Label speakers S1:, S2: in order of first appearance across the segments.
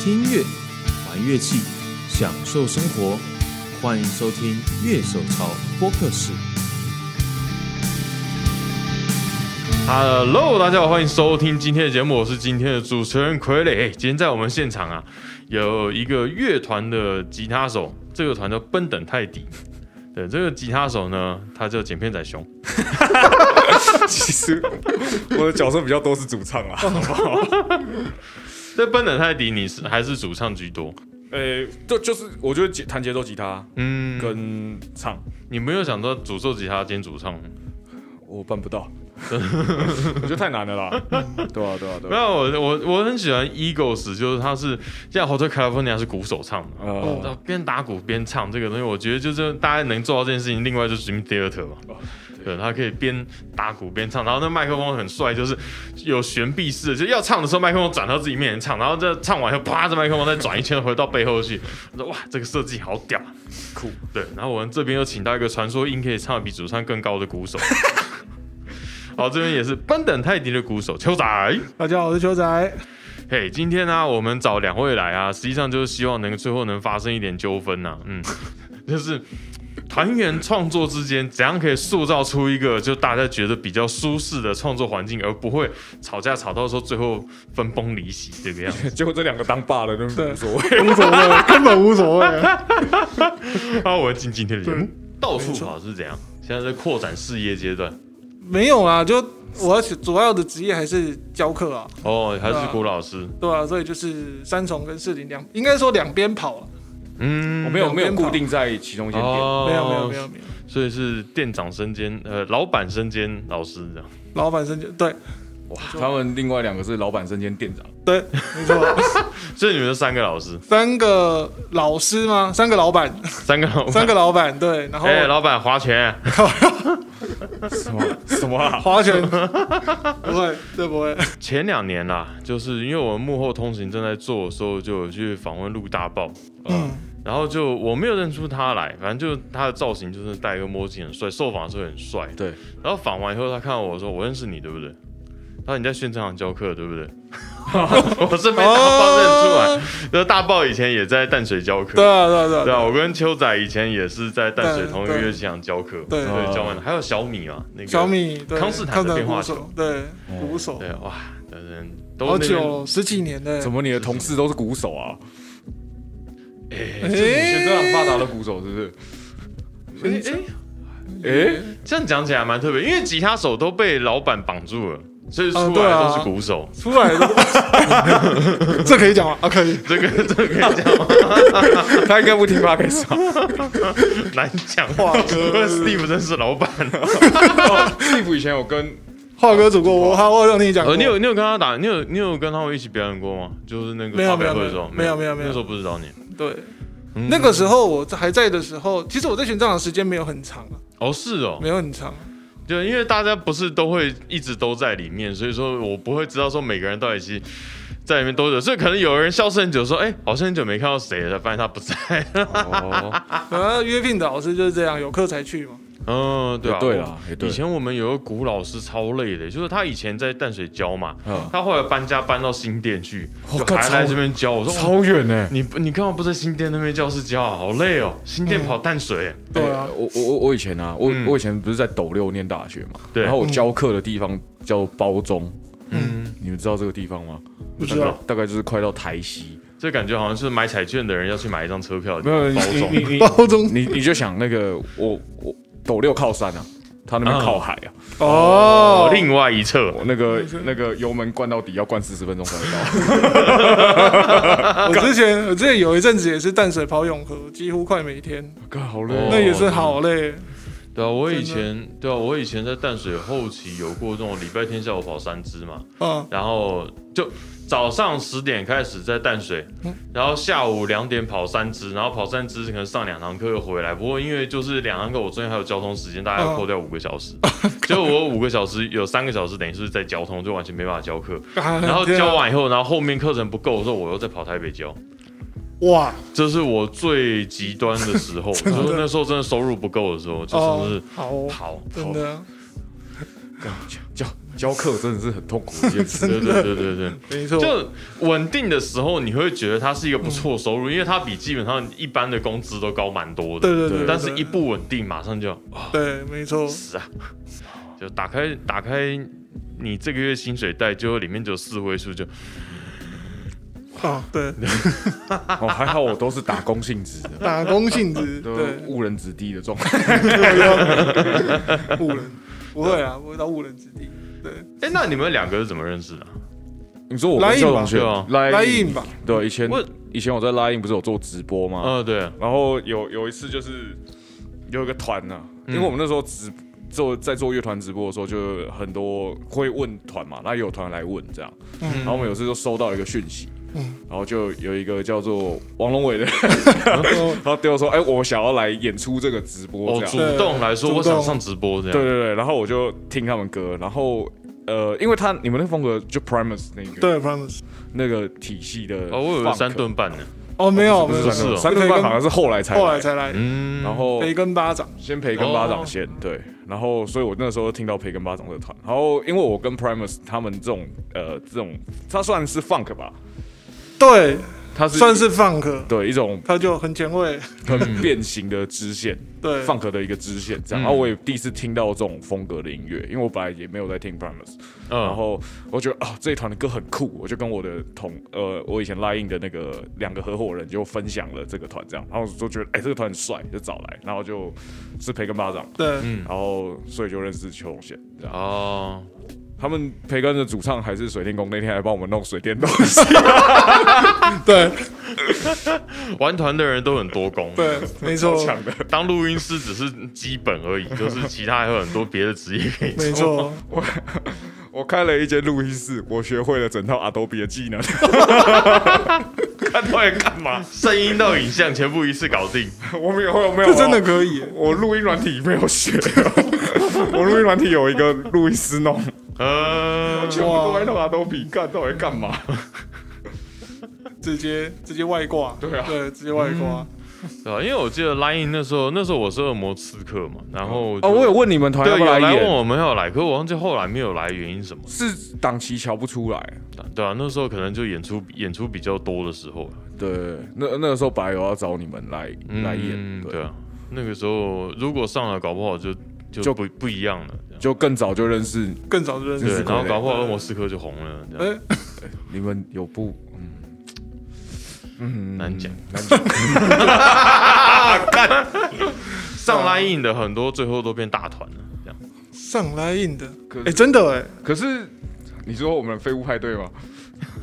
S1: 听音乐、玩乐器、享受生活，欢迎收听《乐手潮播客室》。
S2: Hello，大家好，欢迎收听今天的节目，我是今天的主持人傀儡。哎今天在我们现场啊，有一个乐团的吉他手，这个团叫奔等泰迪。 对，这个吉他手呢，他叫剪片仔熊。
S3: 其实我的角色比较多是主唱 啦，
S2: 这奔等泰迪，你是还是主唱居多？
S3: 呃，就就是我觉得节弹节奏吉他
S2: 嗯，
S3: 跟唱
S2: 你没有想到主奏吉他兼主唱吗？
S3: 我办不 到，我觉得太难了啦，对啊对啊
S2: 没
S3: 对
S2: 有，
S3: 啊，
S2: 我我我很喜欢 Eagles，就是他是像 Hotel California 是鼓手唱的。
S3: 呃，
S2: 哦边打鼓边唱这个东西，我觉得就是大家能做到这件事情。另外就是 Dream Theater 嘛，对，他可以边打鼓边唱，然后那麦克风很帅，就是有悬臂式的，就要唱的时候麦克风转到自己面前唱，然后这唱完以后啪，这麦克风再转一圈回到背后去。我说哇，这个设计好屌，
S3: 酷，
S2: 对，然后我们这边又请到一个传说音可以唱得比主唱更高的鼓手。好，这边也是班等泰迪的鼓手秋仔。
S4: 大家好，我是球仔。
S2: 嘿今天呢、我们找两位来啊，实际上就是希望能最后能发生一点纠纷呐、嗯， 就是团员创作之间怎样可以塑造出一个就大家觉得比较舒适的创作环境，而不会吵架吵到说最后分崩离析这个样子。
S3: 结果这两个当爸的都无所谓，
S4: 无所谓，根本无所谓。
S2: 好，我们进今天的节目，到处跑是怎样？现在在扩展事业阶段
S4: 没有啦，就我主要的职业还是教课啊，
S2: 哦，还是
S4: 对啊
S2: 古老师，
S4: 对吧、所以就是三重跟四零两，应该说两边跑啊了。
S2: 嗯，
S3: 我没有没有
S4: 两边跑
S3: 固定在其中一间店，
S2: 哦
S4: 啊没有，没有，没有，，没有。
S2: 所以是店长身兼呃老板身兼老师这样。
S4: 老板身对
S3: 哇，他们另外两个是老板身兼店长，
S4: 对，没错，
S2: 所以你们是三个老师，
S4: 三个老师吗？三个老板，
S2: 三个老板
S4: 三个老板对，然后
S2: 哎、老板划拳，
S3: 什么什么啊？
S4: 划 拳，不会，这不会。
S2: 前两年啦，就是因为我们幕后通行正在做的时候，就有去访问陆大爆，
S4: 嗯，
S2: 然后就我没有认出他来，反正就他的造型就是戴一个墨镜很帅，受访的时候很帅，
S3: 对，
S2: 然后访完以后，他看到我说：“我认识你，对不对？”他说：“你在宣传行教课，对不 对？”我是被大爆认出来，就是大爆以前也在淡水教课，
S4: 哦对啊，对啊，对
S2: 对
S4: 啊对
S2: 啊，
S4: 啊，
S2: 我跟秋仔以前也是在淡水
S4: 对
S2: 同一个
S4: 对
S2: 乐器行教课，
S4: 对
S2: 对，教完还有小米啊，那个
S4: 小，米对
S2: 康斯坦的变化
S4: 鼓
S2: 球哦
S4: 手，对，鼓手，
S2: 对哇，的人都
S4: 好
S2: 那边
S4: 久哦十几年的
S3: 怎。么你的同事都是鼓手啊？
S2: 哎
S4: 哎
S3: 是以前这很发达的鼓手是不是？
S2: 哎哎，
S3: 诶，
S2: 这样讲起来蛮特别，因为吉他手都被老板绑住了，所以出
S4: 嗯对
S2: 来
S4: 啊
S2: 都是鼓手。
S4: 出来 的，这可以讲吗？啊，可以。
S2: 这个 这个可以讲吗
S3: 他应该不听 p o d c
S2: 难讲 话，因为 Steve 真是老板。
S3: s t 哦以前我跟
S4: 华哥组过，我好， 我有跟你讲过。
S2: 呃，你有你有跟他打，你有你有跟他们一起表演过吗？就是那个
S4: 没有
S2: 发表会的时候，
S4: 没有没有没有没有
S2: 那时候不知道你。
S4: 对
S2: 嗯
S4: 那个时候我还在的时候，其实我在选战场时间没有很长啊，
S2: 哦是哦，
S4: 没有很长。
S2: 对，因为大家不是都会一直都在里面，所以说我不会知道说每个人到底是在里面多久，所以可能有人消失很久，说哎，好像很久没看到谁了，才发现他不在。
S3: 哦，
S4: 然后约聘的老师就是这样，有课才去嘛。
S2: 嗯，对啊，
S3: 也对啦
S2: 了，
S3: 也对
S2: 以前我们有个古老师超累的，就是他以前在淡水教嘛，
S3: 嗯
S2: 他后来搬家搬到新店去，
S3: 哇
S2: 就
S3: 靠
S2: 还
S3: 超
S2: 来这边教。我说哇
S3: 超远欸呢。
S2: 你不你干嘛不在新店那边教室教啊？好累
S3: 嗯
S2: 哦，新店跑淡水、
S4: 对
S3: 欸，
S4: 啊
S3: 我我我我以前啊，我、
S2: 嗯
S3: 我以前不是在斗六念大学嘛，
S2: 对
S3: 然
S4: 嗯
S3: 后我教课的地方叫包中，
S2: 嗯，
S3: 你们知道这个地方吗？
S4: 不知道，
S3: 大概就是快到台西，
S2: 这感觉好像是买彩券的人要去买一张车票，
S3: 没有
S2: 包
S3: 你
S2: 中
S3: 你你
S4: 高中
S3: 你你就想那个我我斗六靠山啊，他那边靠海啊，
S2: 哦
S4: 哦，
S2: 另外一侧。
S3: 我那个那个油门灌到底要灌四十分钟才 会到，
S4: 我之前我之前有一阵子也是淡水跑永和，几乎快每天，
S3: 哥好累、
S2: 哦
S4: 那也是好累。
S2: 对啊，我以
S4: 真的
S2: 前对啊，我以前在淡水后期有过这种礼拜天下午跑三支嘛，
S4: 嗯，
S2: 然后就早上十点开始在淡水，
S4: 嗯
S2: 然后下午两点跑三支，然后跑三支可能上两堂课又回来。不过因为就是两堂课，我中间还有交通时间，大概要
S4: 嗯
S2: 扣掉五个小 时，结果我五个小时有三个小时等于是在交通，就完全没办法教 课。然
S4: 然
S2: 后教完以后，然后后面课程不够的时候，我又再跑台北教。
S4: 哇，
S2: 这是我最极端的时候，就是那时 候真的收入不够的时候，就真的
S4: 哦
S2: 是，
S4: 好哦，
S2: 跑跑
S4: 真的
S3: 教教课真的是很痛苦的一件事。
S2: 对对对对对。
S4: 没错，
S2: 就稳定的时候，你会觉得它是一个不错的收入，因为它比基本上一般的工资都高蛮多的。
S4: 对对对对
S2: 但是一不稳定，马上就哦
S4: 对，没错，
S2: 死啊！就打开打开你这个月薪水袋，就里面只有四位数，就
S4: 啊，对，
S3: 哦，还好我都是打工性质的，
S4: 打工性质，
S3: 都
S4: 对，
S3: 误人子弟的状态。
S4: 误人，不会啊，不会到误人子弟，对，
S2: 哎，那你们两个是怎么认识的啊？
S3: 你说我
S4: 来
S3: 跟
S4: 硬
S3: 赵
S4: 吧
S3: 同学
S2: 对啊
S4: 来
S3: 硬
S4: 硬吧，
S3: 对，以前
S2: 我
S3: 以前我在拉硬不是有做直播吗？
S2: 呃，对，
S3: 然后有有一次就是有一个团呢、
S2: 嗯
S3: 因为我们那时候直做在做乐团直播的时候，就很多会问团嘛，那有团来问这样，
S4: 嗯
S3: 然后我们有次就收到一个讯息。然后就有一个叫做王龙伟的，
S2: 嗯
S3: 然后对我说：“哎，我想要来演出这个直播，
S2: 我
S3: 这样。
S2: 主动来说，
S4: 对
S2: 我想
S4: 主动
S2: 上直播这样。
S3: 对对对，然后我就听他们歌，然后呃，因为他你们那风格就 Primus 那个
S4: 对，promise，
S3: 那个体系的 funk，
S2: 哦，我以为三顿半呢。
S4: 哦，没有，
S3: 不
S4: 没
S3: 是
S4: 有，
S3: 三顿
S2: 是哦
S3: 半，三顿半好像是后来才
S4: 后来
S3: 来
S4: 才来，
S2: 嗯，
S3: 然后
S4: 培根巴掌，
S3: 先培
S2: 哦
S3: 根巴掌先、对，然后所以我那时候听到培根巴掌这个团，然后因为我跟 Primus 他们这种呃这种，它算是 funk 吧，
S4: 对，
S3: 它是
S4: 算是 funk，
S3: 对一种
S4: 他就很前卫，
S3: 很变形的支线，
S4: 对
S3: funk 的一个支线这样。
S2: 嗯
S3: 然后我也第一次听到这种风格的音乐，因为我本来也没有在听 Primus，
S2: 嗯
S3: 然后我觉得啊这一团的歌很酷，我就跟我的同呃我以前拉音的那个两个合伙人就分享了这个团这样，然后我就觉得哎、这个团很帅，就找来，然后就是培根巴掌。
S4: 对，
S3: 然后所以就认识邱永贤，这样。
S2: 哦，
S3: 他们培根的主唱还是水电工，那天还帮我们弄水电东西。
S4: 哦对，
S2: 玩团的人都很多功，
S4: 对，没错，
S3: 抢的，
S2: 当录音师只是基本而已，就是其他还有很多别的职业可以做。
S4: 没错，
S3: 哦我开了一间录音室，我学会了整套 Adobe 的技能。
S2: 看到底干嘛？声音到影像全部一次搞定。
S3: 我没有，我没有，
S4: 这真的可以，
S3: 我录音软体没有学，我录音软体有一个录音师弄，
S2: 呃，
S3: 全部都在弄 Adobe，干到底干嘛？
S4: 直接直接外挂，
S3: 对啊
S4: 对，直接外挂，
S2: 对啊，因为我记得 Line 那时候，那时候我是恶魔刺客嘛，然后就
S3: 哦，我有问你们团
S2: 对
S3: 要不
S2: 有
S3: 要
S2: 来问
S3: 演，
S2: 我们要来，可我忘记后来没有来，原因是什么？
S3: 是档期瞧不出来。
S2: 对啊，那时候可能就演出演出比较多的时候
S3: 对，那那个时候本来有要找你们来来演，
S2: 嗯对啊，那个时候如果上了，搞不好就就
S3: 就
S2: 不不一样了。这样
S3: 就更早就认识
S4: 更早就认
S2: 对，
S4: 识，
S2: 然后搞不好恶魔刺客就红了，这样
S4: 哎，
S3: 你们有不？嗯嗯，
S2: 难讲。
S3: 难讲。
S2: 上 Line 的很多最后都变大团了，这样。
S4: 上来硬的
S3: 可，
S4: 哎，真的哎，
S3: 可是你说我们废物派对吗？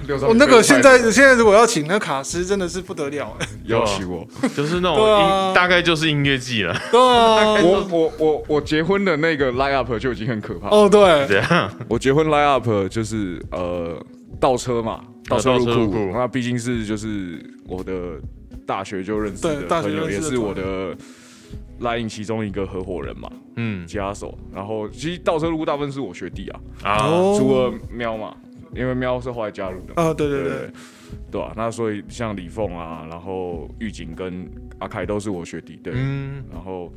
S3: 六少
S4: 我哦那个现在现在如果要请那卡斯真的是不得了 哎，
S3: 要娶我，
S2: 就是那种
S4: 对
S2: 音，
S4: 啊
S2: 大概就是音乐季了。
S4: 对啊，
S3: 我我我我结婚的那个 line up 就已经很可怕。
S4: 哦对，
S2: 这样，
S3: 我结婚 line up 就是呃倒车嘛，倒车
S2: 啊
S3: 入
S2: 倒车入库
S3: 库。那毕竟是就是我的大学就认识
S4: 对
S3: 的
S4: 大学
S3: 朋友，
S4: 认
S3: 也
S4: 识的
S3: 是我的 line 其中一个合伙人嘛，
S2: 嗯
S3: 吉他手。然后其实倒车入库大部分是我学弟啊，
S2: 啊，
S3: 除了喵嘛，因为喵是后来加入的嘛。
S4: 哦啊对对
S3: 对
S4: 对
S3: 对，对啊，那所以像李凤啊，然后玉锦跟阿凯都是我学弟，对。
S2: 嗯，
S3: 然后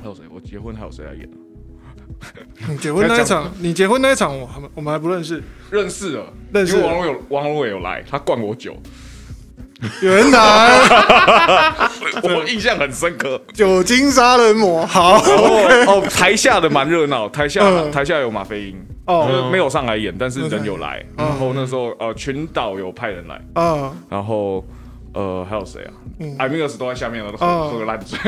S3: 还有谁？我结婚还有谁来演、啊？
S4: 你结婚那一场，你结婚那一场，我还我们还不认识。
S3: 认识了，
S4: 认识
S3: 因为王龙有王龙伟有来，他灌我酒，
S4: 原 来
S3: 我印象很深刻。
S4: 酒精杀人魔，好
S3: 然后哦，台下的蛮热闹，台下、
S4: 嗯
S3: 台下有吗啡因。
S4: 哦
S3: 就是没有上来演，但是人有来。
S4: 嗯
S3: 然后那时候呃，群岛有派人来，
S4: 啊，
S3: 然后呃还有谁啊？艾米尔斯都在下面了，都喝
S4: 嗯
S3: 喝烂醉。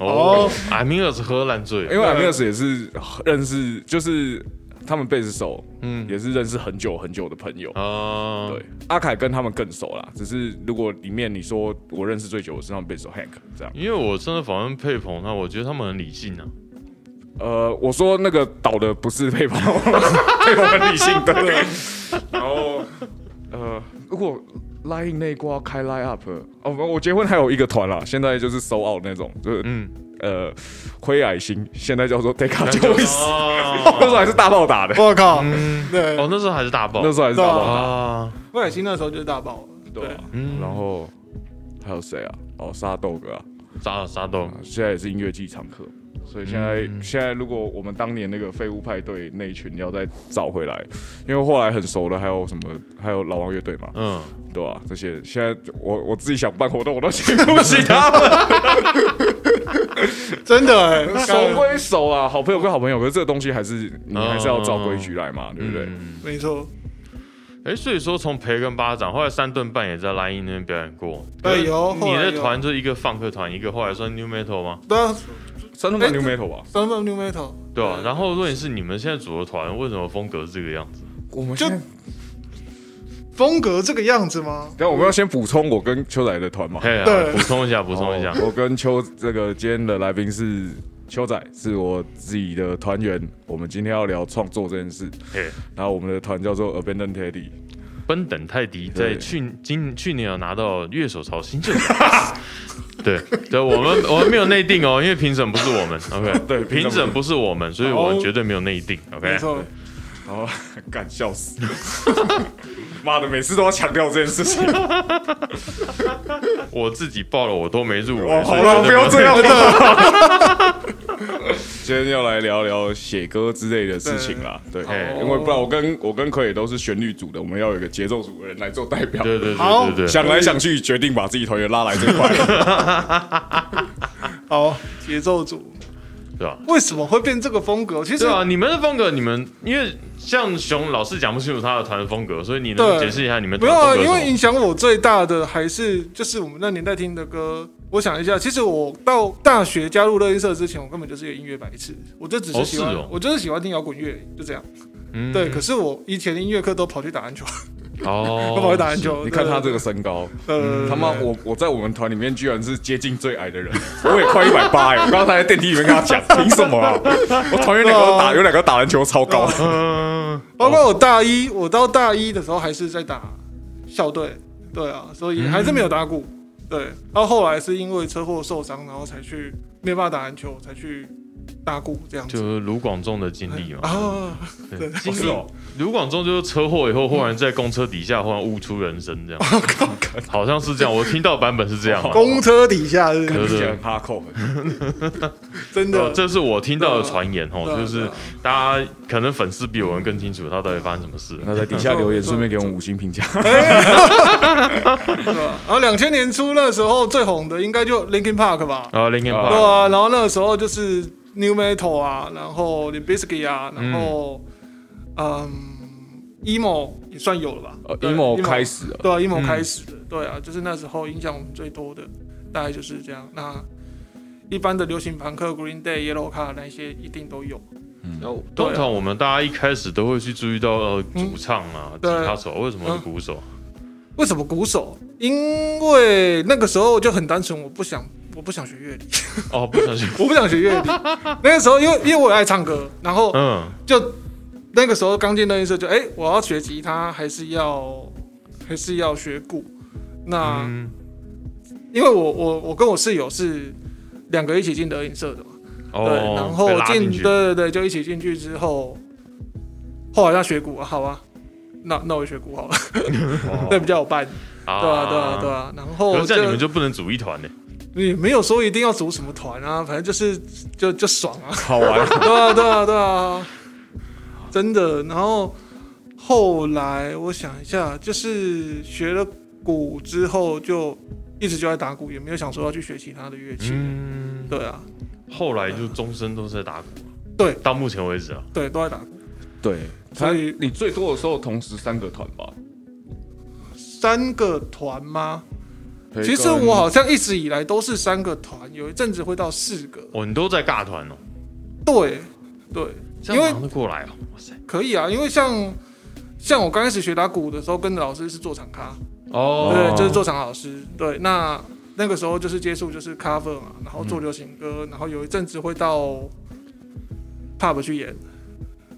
S2: 哦，艾米尔是荷兰醉了，
S3: 因为 a m i s 也是认识，就是他们贝斯手，嗯，也是认识很久很久的朋友。
S2: 啊，
S3: 对，阿凯跟他们更熟啦。只是如果里面你说我认识最久的是他们贝斯手 Hank 这样。
S2: 因为我上次访问佩鹏，那我觉得他们很理性啊，
S3: 呃，我说那个倒的不是配 方，配方很理性的。然后呃，如果 Line 内挂开 Line Up，哦，我结婚还有一个团啦，现在就是 So Out 那种，就是
S2: 嗯。
S3: 嗯呃，灰矮星现在叫做 Deca Joyce，那 时候
S2: 哦，
S3: 还是大爆打的，
S4: 我靠，
S3: 嗯
S4: 对，
S2: 哦那时候还是大爆，
S3: 那时候还是大爆打。
S2: 啊，
S4: 魏海清那时候就是大爆了，
S3: 对啊、
S2: 嗯
S3: 然后还有谁啊？哦，沙豆哥啊，
S2: 沙沙豆
S3: 现在也是音乐季常客。所以现在、
S2: 嗯
S3: 现在如果我们当年那个废物派对那一群要再找回来，因为后来很熟的还有什么，还有老王乐队嘛，
S2: 嗯，
S3: 对吧、这些现在我我自己想办活动，我都请不起他们。
S4: 真的哎、欸，
S3: 熟归熟啊，好朋友归好朋友，可是这个东西还是你还是要照规矩来嘛，对不对？
S2: 嗯
S4: 没错，
S2: 哎，所以说从培根巴掌，后来三顿半也在莱茵那边表演过。
S4: 对有
S2: 你
S4: 后来
S2: 的
S4: 有
S2: 团就一个放克团，一个后来算 New Metal 吗？
S4: 对啊，
S3: 三重版 New Metal 吧，
S4: 三分 new metal，
S2: 对啊。然后问题是，你们现在组的团为什么风格是这个样子？
S3: 我们
S4: 就
S3: 先
S4: 风格这个样子吗？
S3: 等一下我们要先补充我跟邱仔的团嘛。
S2: 嘿啊，
S4: 对
S2: 补充一下，补充一下
S3: 哦。我跟邱这个今天的来宾是邱仔，是我自己的团员。我们今天要聊创作这件事，
S2: 嘿，
S3: 然后我们的团叫做 Abandon Teddy，
S2: 奔等泰迪在
S3: 对
S2: 去今去年有拿到乐手潮新秀奖。 对对，我们我们没有内定哦，因为评审不是我们。OK，
S3: 对评
S2: 评
S3: 审不是
S2: 审不是我们，所以我们绝对没有内定。OK，
S4: 没错，
S3: 然后 干笑死， 妈的，每次都要强调这件 事情，
S2: 我自己报了，我都没入围。
S3: 哇，
S2: 所
S3: 哦好
S2: 以
S3: 了，
S2: 真的
S3: 不要这样了。 今天要来聊聊写歌之类的事情啦，对，
S2: 嘿
S3: 因为不然我跟我跟奎也都是旋律组的，我们要有一个节奏组的人来做代表。
S2: 对对
S4: 好
S2: 对对对。
S3: 想来想去，决定把自己团员拉来 这块。
S4: 好，节奏组
S2: 对啊
S4: 为什么会变这个风格？其实
S2: 对啊，你们的风格，你们因为像熊老是讲不清楚他的团的风格，所以你能
S4: 对
S2: 解释一下你们
S4: 没
S2: 团
S4: 有
S2: 的
S4: 啊，
S2: 风格
S4: 因
S2: 是
S4: 为
S2: 什
S4: 影
S2: 么？
S4: 响我最大的还是就是我们那年代听的歌。我想一下，其实我到大学加入乐音社之前，我根本就是一个音乐白痴，我就只
S2: 哦
S4: 是喜欢，
S2: 是哦
S4: 我就是喜欢听摇滚乐，就这样。
S2: 嗯
S4: 对，可是我以前的音乐课都跑去打篮球，
S2: 哦，
S4: 都跑去打篮球。
S3: 你看他
S4: 对
S3: 这个，身高，
S4: 呃，
S2: 嗯
S3: 他妈，我我在我们团里面居然是接近最矮的人， 我也快一百八哎！我刚才在电梯里面跟他讲，凭什么啊？我团员两个都打，有两个打篮球超高，
S2: 嗯，
S4: 包括我大一，我到大一的时候还是在打校队，对啊，所以还是没有打鼓。对，然后后来是因为车祸受伤，然后才去没办法打篮球，才去打鼓这样
S2: 就
S4: 子。
S2: 是卢广仲的经历哦嘛。
S4: 啊，
S2: 对，
S3: 不
S2: 经
S3: 是
S2: 历
S3: 哦，
S2: 卢广仲就是车祸以后，忽然在公车底下忽然悟出人生这 样，好像是这样，我听到版本是这样啊。
S4: 公车 底下是不是
S2: 对
S3: 听起
S2: 对
S3: 来很哈扣。
S4: 真
S2: 呃
S4: 的，
S2: 这是我听到的传言哦，
S4: 对啊
S2: 就是
S4: 对啊
S2: 大家可能粉丝比我们更清楚他到底发生什么事。
S4: 嗯
S3: 那在底下留言，顺便给我们五星评价。
S4: 对吧？然后两千年初那时候最红的应该就 Linkin Park 吧，
S2: 啊，Linkin
S3: 啊
S4: 对
S2: Park，
S4: 啊，然后那个时候就是 New Metal 啊，然后 l i b i s k y 啊，然后嗯 emo 也算有了吧
S2: 哦
S3: 呃
S4: 对
S3: ，emo 开始了，
S4: 对啊，emo 开始的，对啊，就是那时候影响我们最多的大概就是这样。那一般的流行朋克 Green Day、Yellow Card 那些一定都有，
S3: 哦
S2: 通常我们大家一开始都会去注意到呃
S4: 嗯
S2: 主唱啊、吉
S4: 对
S2: 他手，为什么是鼓手？
S4: 为什么鼓手？因为那个时候就很单纯，我不想，我不想学乐理，
S2: 哦，不小心，
S4: 我不想学乐理。那个时候，因为因为我也爱唱歌，然后
S2: 嗯，
S4: 就那个时候刚进乐音社就，哎，我要学吉他，还是要还是要学鼓？那、
S2: 嗯
S4: 因为我我我跟我室友是两个一起进德音社的嘛，对，然
S2: 哦被
S4: 后
S2: 拉
S4: 进
S2: 进
S4: 对
S2: 去
S4: 对对，就一起进去之后，后来要学鼓，啊好啊，那那我学鼓好了， 对，比较有伴，
S2: 哦啊
S4: 对啊对啊对啊，然后
S2: 可是这样你们就不能组一团呢？
S4: 也没有说一定要组什么团啊，反正就是就就爽 啊，
S3: 好玩。
S4: 对啊，对啊，对啊，真的。然后后来我想一下，就是学了鼓之后，就一直就在打鼓，也没有想说要去学其他的乐器。
S2: 嗯，
S4: 对啊，
S2: 后来就终身都是在打鼓。
S4: 对
S2: 到目前为止啊，
S4: 对，都在打鼓。
S3: 对，
S4: 所以
S3: 你最多的时候同时三个团吧？
S4: 三个团吗？其实我好像一直以来都是三个团，有一阵子会到四个。
S2: 哦，你都在尬团哦，
S4: 对，对，
S2: 这
S4: 因为
S2: 样忙得过来哦，哇塞，
S4: 可以啊，因为像像我刚开始学打鼓的时候，跟着老师是做场咖。
S2: 哦
S4: 对，就是做场老师。对，那那个时候就是接触就是 cover 嘛，然后做流行歌，然后有一阵子会到 pub 去演。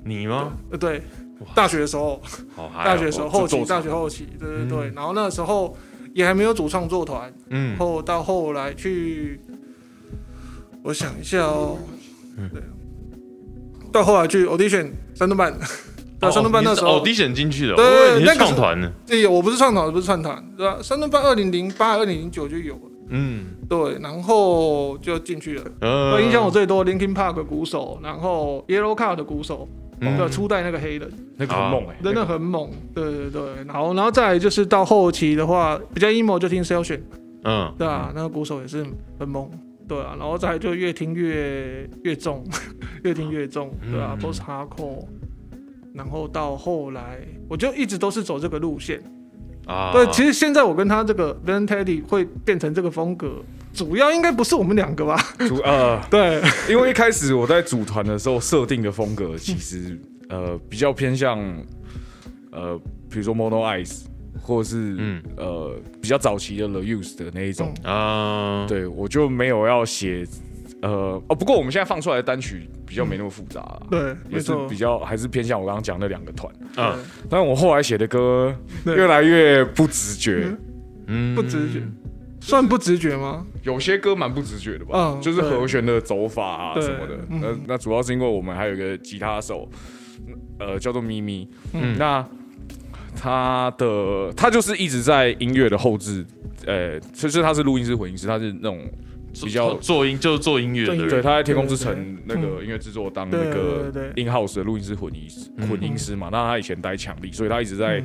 S2: 你吗？
S4: 呃，对
S2: 哇，
S4: 大学的时候，
S2: 好嗨哦，
S4: 大学的时候
S3: 哦
S4: 后
S3: 这
S4: 期，
S3: 做场
S4: 大学后期，对对对。
S2: 嗯
S4: 然后那时候也还没有组创作团，
S2: 嗯，
S4: 后到后来去，呃我想一下哦，
S2: 嗯
S4: 对，到后来去 audition 三顿半，对，三顿半那时
S2: 哦
S4: 候
S2: 你。是 audition 进去的，哦
S4: 对
S2: 我以为你
S4: 那
S2: 是
S4: 个是
S2: 创团呢，
S4: 对，我不是创团，我不是创团，对吧？三顿半二零零八、二零零九就有了，
S2: 嗯，
S4: 对，然后就进去了。
S2: 呃
S4: 呃，影响我最多 Linkin Park 的鼓手，然后 Yellow Card 的鼓手，
S2: 嗯
S4: 对，初代那个黑人，
S3: 那个很猛哎，
S4: 真的很猛，对对对。然后，然后再来就是到后期的话，比较 emo 就听 Selfish，
S2: 嗯，
S4: 对啊，那个鼓手也是很猛，对啊。然后再来就越听越越重， 越听越重，对啊
S2: 嗯
S4: ，Post Hardcore。然后到后来，我就一直都是走这个路线。
S2: 啊，
S4: 对，其实现在我跟他这个 Van Teddy 会变成这个风格，主要应该不是我们两个吧？
S3: 主呃，
S4: 对，
S3: 因为一开始我在组团的时候设定的风格，其实呃比较偏向呃，比如说 Mono Eyes，或者是、
S2: 嗯
S3: 呃比较早期的 The Use 的那一种。
S4: 嗯
S2: 啊，
S3: 对我就没有要写呃哦，不过我们现在放出来的单曲比较没那么复杂啦。
S4: 嗯对，
S3: 也
S4: 没
S3: 是
S4: 错
S3: 比。较还是偏向我刚刚讲那两个团，
S2: 啊，
S3: 但我后来写的歌
S4: 对
S3: 越来越不直觉
S2: 嗯，
S4: 嗯，不直觉，算不直觉吗？
S3: 有些歌蛮不直觉的吧，
S4: 嗯
S3: 就是和弦的走法啊
S4: 对
S3: 什么的。
S4: 嗯
S3: 那那主要是因为我们还有一个吉他手，呃，叫做咪咪，
S2: 嗯
S3: 那他的他就是一直在音乐的后置，呃，其实他是录音师、混音师，他是那种
S2: 做
S3: 比较
S2: 做音就是做音乐的
S3: 对，
S2: 人，
S3: 他在天空之
S4: 对对嗯
S3: 城那个音乐制作当那
S4: 对
S3: 个
S4: 对对
S3: in house 的录音师混音师
S2: 嗯
S3: 混音师嘛，那他以前待强力，所以他一直在
S4: 嗯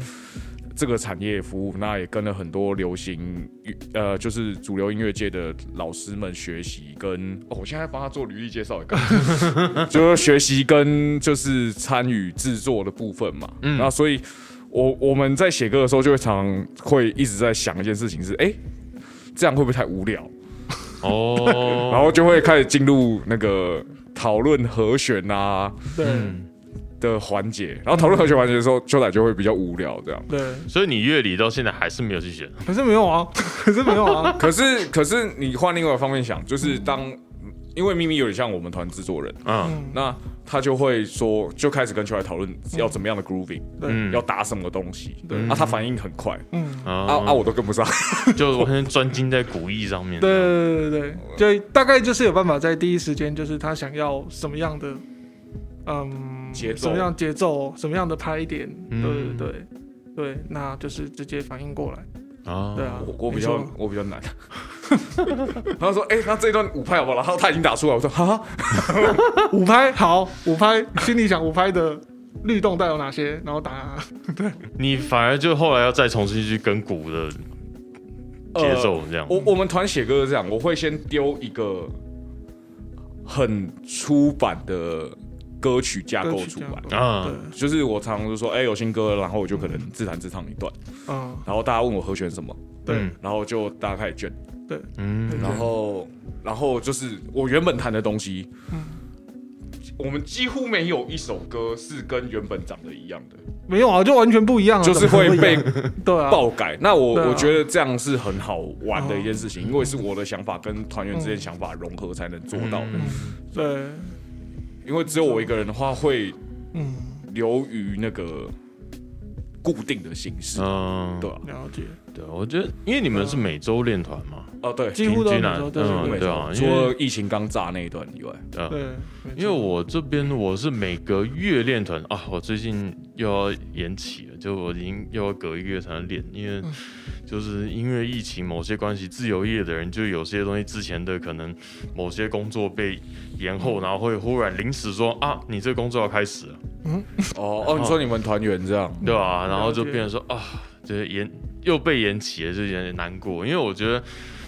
S3: 这个产业服务，那也跟了很多流行呃就是主流音乐界的老师们学习，跟哦我现在帮他做履历介绍也干嘛， 就是学习跟就是参与制作的部分嘛，
S2: 嗯
S3: 那所以。我我们在写歌的时候，就会常会一直在想一件事情是：哎、这样会不会太无聊？
S2: 哦，
S3: 然后就会开始进入那个讨论和弦啊
S4: 对
S2: 嗯
S3: 的环节，然后讨论和弦环节的时候，秋仔就会比较无聊这样。
S4: 对，
S2: 所以你乐理到现在还是没有去选，
S4: 可是没有啊， 可是没 有啊，
S3: 可是可是你换另外一个方面想，就是当因为咪咪有点像我们团制作人，
S2: 嗯
S3: 那他就会说就开始跟秋仔讨论要怎么样的 grooving，、
S2: 嗯，
S3: 要打什么东西，
S4: 对
S3: 啊，他反应很快，
S4: 嗯，
S2: 啊
S3: 啊啊，我都跟不上，
S2: 就完全专精在古艺上面，
S4: 对，对对对对，就大概就是有办法在第一时间，就是他想要什么样的，嗯，
S3: 节奏
S4: 什么样节奏，什么样的拍点，
S2: 嗯
S4: 对对对对，那就是直接反应过来，
S2: 啊，
S4: 对啊，
S3: 我我比
S4: 没
S3: 较
S4: 错
S3: 我比较难。 他说：“哎、那这一段五拍好不好？”然后他已经打出来，我说：“哈，
S4: 五拍好，五拍，心里想五拍的律动带有哪些，然后打，
S2: 你反而就后来要再重新去跟鼓的节奏这样，
S4: 哦
S3: 我我们团写歌是这样，我会先丢一个很出版的歌曲架构出来，
S2: 啊
S4: 对，
S3: 就是我常常就说，哎、有新歌了，然后我就可能自弹自唱一段，
S4: 嗯，
S3: 然后大家问我和弦什么，
S4: 对
S3: 然后就大家开始卷，
S2: 嗯
S3: 然后然后就是我原本弹的东西，
S4: 嗯
S3: 我们几乎没有一首歌是跟原本长得一样的，
S4: 没有啊，就完全不一样啊，
S3: 就是
S4: 怎么
S3: 会
S4: 一
S3: 被
S4: 样对啊，
S3: 爆改。那我、
S4: 对啊
S3: 我觉得这样是很好玩的一件事情，因为是我的想法跟团员之间想法融合才能做到的。
S2: 嗯
S4: 对，
S3: 因为只有我一个人的话，会
S4: 嗯，
S3: 流于那个固定的形式，
S2: 嗯，
S3: 对吧、啊
S4: 了解，
S2: 对，我觉得因为你们是每周练团嘛，
S3: 哦，对，
S4: 几乎都
S2: 平均
S4: 没
S2: 啊
S4: 有，对对
S2: 嗯
S4: 对
S3: 没
S2: 对啊
S3: 错，
S2: 因
S3: 除
S2: 为
S3: 了疫情刚炸那一段以外，
S2: 对啊
S4: 对，没错
S2: 因为我这边我是每个月练团啊，我最近又要延期了，就我已经又要隔一个月才能练，因
S4: 嗯
S2: 为就是因为疫情某些关系，自由业的人就有些东西之前的可能某些工作被延后，然后会忽然临时说啊，你这工作要开始了，
S3: 哦哦，你说你们团员这样，
S2: 对吧、然后就
S4: 嗯了解
S2: 变成说啊，就是延又被延期了，就有点难过，因为我觉得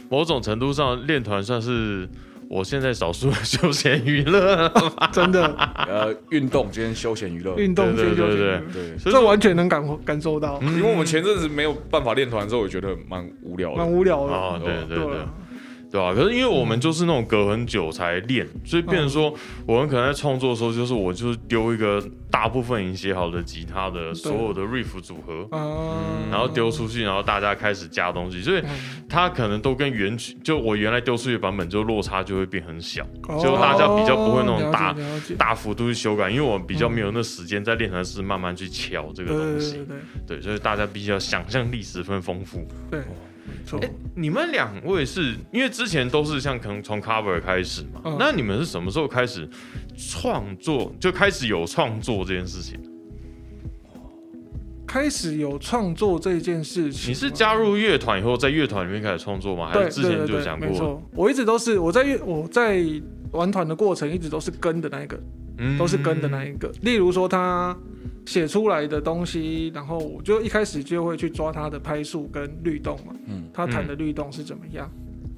S2: 某种程度上练团算是我现在少数的休闲娱乐，
S4: 真 的
S3: 呃，运动今天休闲娱乐，
S4: 运动
S2: 对对
S4: 健就
S2: 对
S4: 健
S3: 对，
S2: 所以
S4: 这
S2: 说
S4: 完全能感感受到，
S2: 嗯
S3: 因为我们前阵子没有办法练团的时候，我觉得蛮无聊
S4: 蛮
S3: 的。
S4: 无聊的，
S2: 啊，对对对
S4: 啊。
S2: 对啊，可是因为我们就是那种隔很久才练，所以变成
S4: 嗯
S2: 说，我们可能在创作的时候，就是我就是丢一个大部分已经写好的吉他的所有的 riff 组合，
S4: 啊，
S2: 嗯然后丢出去，然后大家开始加东西，所以
S4: 嗯，
S2: 它可能都跟原曲就我原来丢出去的版本，就落差就会变很小，
S4: 哦
S2: 就大家比较不会那种大
S4: 了解了解
S2: 大幅度去修改，因为我们比较没有那时间在练团时慢慢去敲这个东
S4: 对对对
S2: 西，
S4: 对
S2: 对，所以大家必须要想象力十分丰富。
S4: 对，没错
S2: 哎，你们两位是因为之前都是像可能从 cover 开始嘛？
S4: 嗯
S2: 那你们是什么时候开始创作，就开始有创作这件事情？
S4: 开始有创作这件事情嘛。
S2: 你是加入乐团以后，在乐团里面开始创作吗？还
S4: 对
S2: 是之前就讲
S4: 对对
S2: 过？
S4: 对没错，我一直都是我在乐我在玩团的过程，一直都是跟的那一个，
S2: 嗯
S4: 都是跟的那一个。例如说他写出来的东西，然后我就一开始就会去抓他的拍数跟律动嘛，
S3: 嗯，
S4: 他弹的律动是怎么样，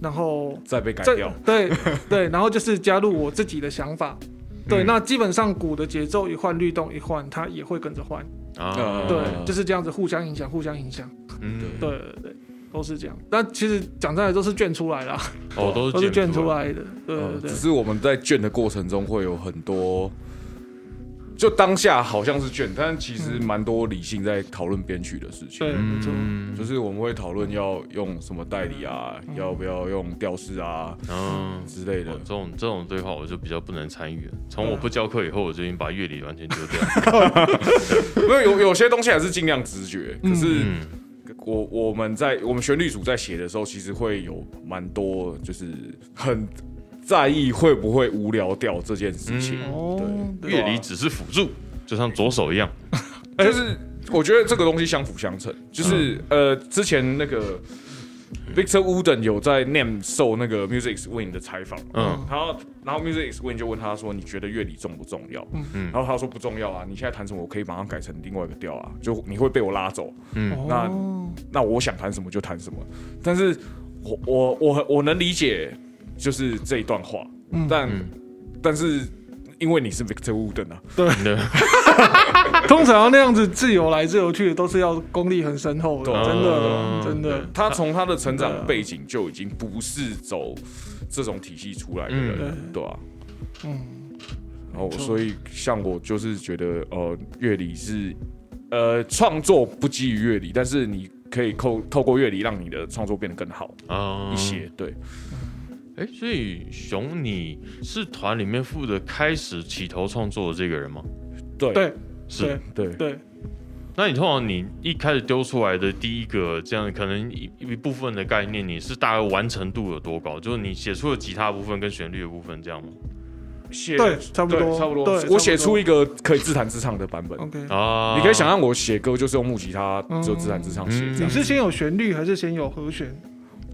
S4: 然后
S3: 再被改
S4: 这
S3: 掉，
S4: 对 对，然后就是加入我自己的想法。对，
S2: 嗯
S4: 那基本上鼓的节奏一换，律动一换，它也会跟着换。
S2: 啊
S3: 呃，
S4: 对，
S3: 嗯
S4: 就是这样子互相影响，互相影响。
S2: 嗯，
S3: 对
S4: 对对对，都是这样。但其实讲真的，都是卷出来啦，
S2: 哦，都
S4: 都
S2: 是
S4: 是卷
S2: 出
S4: 出，来的。对对
S3: 嗯
S4: 对
S3: 只，是我们在卷的过程中会有很多，就当下好像是卷，但其实蛮多理性在讨论编曲的事情。
S4: 对，没错。
S2: 嗯，
S3: 就是我们会讨论要用什么代理啊，
S4: 嗯
S3: 要不要用调式啊
S2: 嗯。
S3: 之类的
S2: 哦、这。种这种对话我就比较不能参与了。从
S4: 对
S2: 我
S4: 啊
S2: 不教课以后，我就已经把乐理完全丢掉。
S3: 因为有有些东西还是尽量直觉，可
S4: 嗯
S3: 是
S2: 嗯，
S3: 我我们在我们旋律组在写的时候，其实会有蛮多就是很在意会不会无聊掉这件事情。
S2: 嗯
S4: 哦，对
S3: 啊
S2: 乐理只是辅助，就像左手一样。
S3: 哎就是我觉得这个东西相辅相成，就是、
S2: 嗯
S3: 呃，之前那个 Victor Wooden 有在 Name 受那个 Music is Win 的采访，
S2: 嗯
S3: 然后然后 Music is Win 就问他说，你觉得乐理重不重要？
S4: 嗯
S2: 嗯
S3: 然后他说不重要啊，你现在弹什么，我可以马上改成另外一个调啊，就你会被我拉走，
S2: 嗯
S3: 那
S4: 哦
S3: 那我想弹什么就弹什么，但是我我我我能理解就是这一段话，
S4: 嗯
S3: 但、
S2: 嗯
S3: 但是因为你是 Victor Wooden 啊，
S2: 对，
S4: 通常要那样子自由来自由去，都是要功力很深厚的，
S3: 对
S4: 真的
S2: 嗯
S4: 真的。
S3: 他从他的成长背景就已经不是走这种体系出来的人了，对啊。
S4: 嗯，
S3: 然后
S4: 没错
S3: 所以像我就是觉得，呃，乐理是呃创作不基于乐理，但是你可以透透过乐理让你的创作变得更好
S2: 啊
S3: 一些。。
S4: 嗯
S3: 对，
S2: 哎，所以熊，你是团里面负责开始起头创作的这个人吗？
S3: 对，
S4: 对
S2: 是
S4: 对
S3: 对，
S4: 对，
S2: 那你通常你一开始丢出来的第一个这样，可能一一部分的概念，你是大概完成度有多高？就是你写出了吉他部分跟旋律的部分，这样吗？
S3: 写
S4: 对差不多
S3: 对差不
S4: 对
S3: 多
S4: 差。不多
S3: 我写出一个可以自弹自唱的版本。
S4: OK。
S2: 啊，
S3: 你可以想象我写歌就是用木吉他，就自弹自唱写
S2: 嗯
S3: 这
S4: 你
S3: 样，
S4: 是先有旋律还是先有和弦？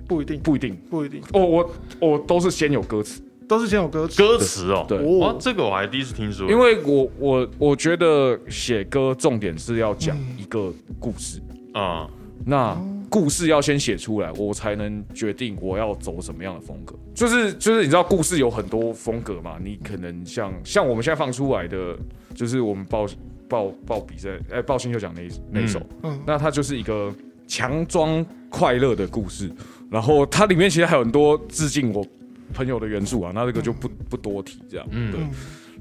S4: 不一定，
S3: 不一定。
S4: 不一定，
S3: 哦，我我都是先有歌词，
S4: 都是先有歌词。
S2: 歌词哦，
S3: 对
S2: 哇
S4: 哦，，
S2: 这个我还第一次听说，
S3: 因为我我我觉得写歌重点是要讲一个故事，
S2: 啊，
S3: 那故事要先写出来，我才能决定我要走什么样的风格。就是就是你知道故事有很多风格嘛，你可能像像我们现在放出来的，就是我们报报报比赛，哎、报新秀奖那一那一首，
S4: 嗯，
S3: 那它就是一个强装快乐的故事，然后它里面其实还有很多致敬我朋友的元素啊，那这个就不不多提这样，
S2: 嗯
S3: 嗯，对。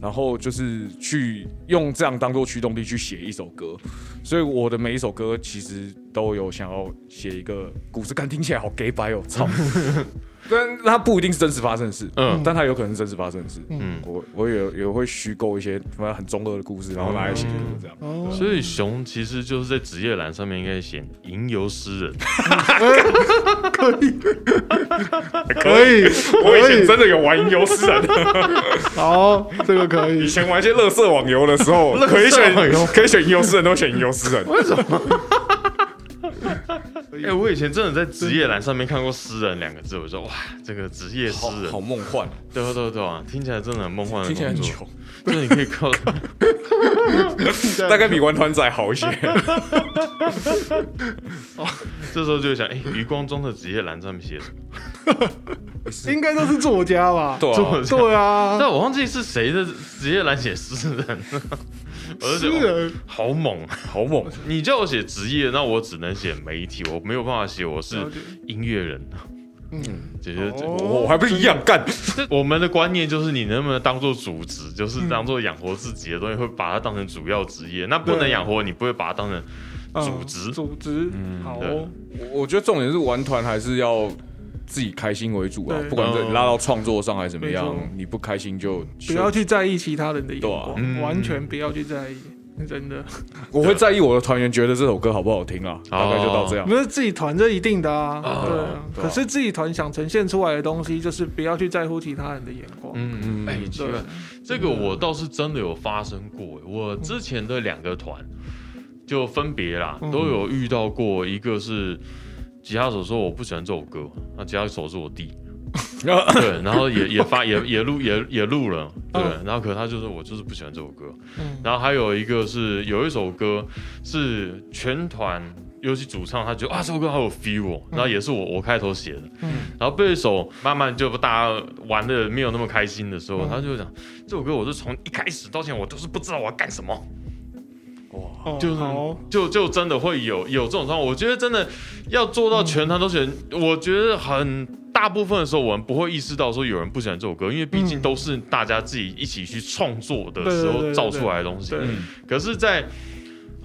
S3: 然后就是去用这样当做驱动力去写一首歌，所以我的每一首歌其实都有想要写一个故事，但听起来好 gay 白哦， 操！但它不一定是真实发生的事，
S2: 嗯
S3: 但它有可能是真实发生的事。
S2: 嗯，
S3: 我我也也会虚构一些反正很中二的故事，然后拿来写歌这样。
S4: 哦，
S2: 所以熊其实就是在职业栏上面应该写吟游诗 人，
S4: 可以，
S3: 我以前真的有玩吟游诗人，
S4: 好，这个可以
S3: 以。前玩一些 乐色网游的时候，可以 选可以选吟游诗人，都选吟游诗人。
S2: 哎，我以前真的在职业栏上面看过诗人两个字，我说哇，这个职业诗人，
S3: 梦幻，嗯
S2: 对啊对啊对啊，听起来真的很梦幻的
S3: 听起来
S2: 工
S3: 很
S2: 作，
S3: 穷，
S2: 就是你可以靠，
S3: 大概比玩团仔好一些。
S2: 这时候就会想，哎，余光中的职业栏上面写什么？
S4: 应该都是作家吧？
S3: 对啊
S2: 作家
S4: 对啊，
S2: 但我忘记是谁的职业栏写诗人了， 我就
S4: 诗
S2: 觉得哦
S4: 人
S2: 好猛，
S3: 好猛！
S2: 你叫我写职业，那我只能写媒体，我没有办法写我是
S4: 了解
S2: 音乐人，
S4: 嗯，
S2: 姐姐。
S4: 哦
S3: 我还不是一样干？
S2: 这我们的观念就是，你能不能当做主职，就是当做养活自己的东西，会把它当成主要职业。那不能
S4: 对
S2: 养活，你不会把它当成组织
S4: 嗯组织，好哦，
S3: 我我觉得重点是玩团还是要自己开心为主啊，
S4: 对
S3: 不管是
S2: 嗯
S3: 拉到创作上还是怎么样
S4: 没错，
S3: 你不开心就
S4: 不要。去在意其他人的眼
S3: 对啊
S2: 嗯
S4: 光，完全不要去在意，真的。
S3: 我会在意我的团员觉得这首歌好不好听啊，大概就到这样。
S4: 不是自己团这一定的
S2: 啊
S4: 啊，对啊。
S3: 对啊
S4: 可是自己团想呈现出来的东西，就是不要去在乎其他人的眼光。
S2: 嗯，
S3: 嗯
S2: 哎，奇
S4: 对
S2: 怪，这个我倒是真的有发生过。我之前的两个团，就分别啦，
S4: 嗯
S2: 都有遇到过，一个是吉他手说我不喜欢这首歌，那吉他手是我弟，对，然后也也发也也录也也录了，对，
S4: 嗯
S2: 然后可是他就是我就是不喜欢这首歌，
S4: 嗯
S2: 然后还有一个是有一首歌是全团，尤其主唱，他觉得啊这首歌好有 feel，、哦，然后也是我我开头写的，
S4: 嗯
S2: 然后这首慢慢就大家玩的没有那么开心的时候，
S4: 嗯
S2: 他就讲这首歌我是从一开始到现在我就是不知道我要干什么，
S4: 哦
S2: 就是
S4: 好哦
S2: 就就真的会有有这种状况。我觉得真的要做到全团都喜欢，我觉得很大部分的时候我们不会意识到说有人不喜欢这首歌，因为毕竟
S4: 嗯
S2: 都是大家自己一起去创作的
S4: 对对
S2: 时
S4: 对
S2: 候
S4: 对
S2: 造出来的东西
S4: 对。
S3: 嗯
S2: 可是，在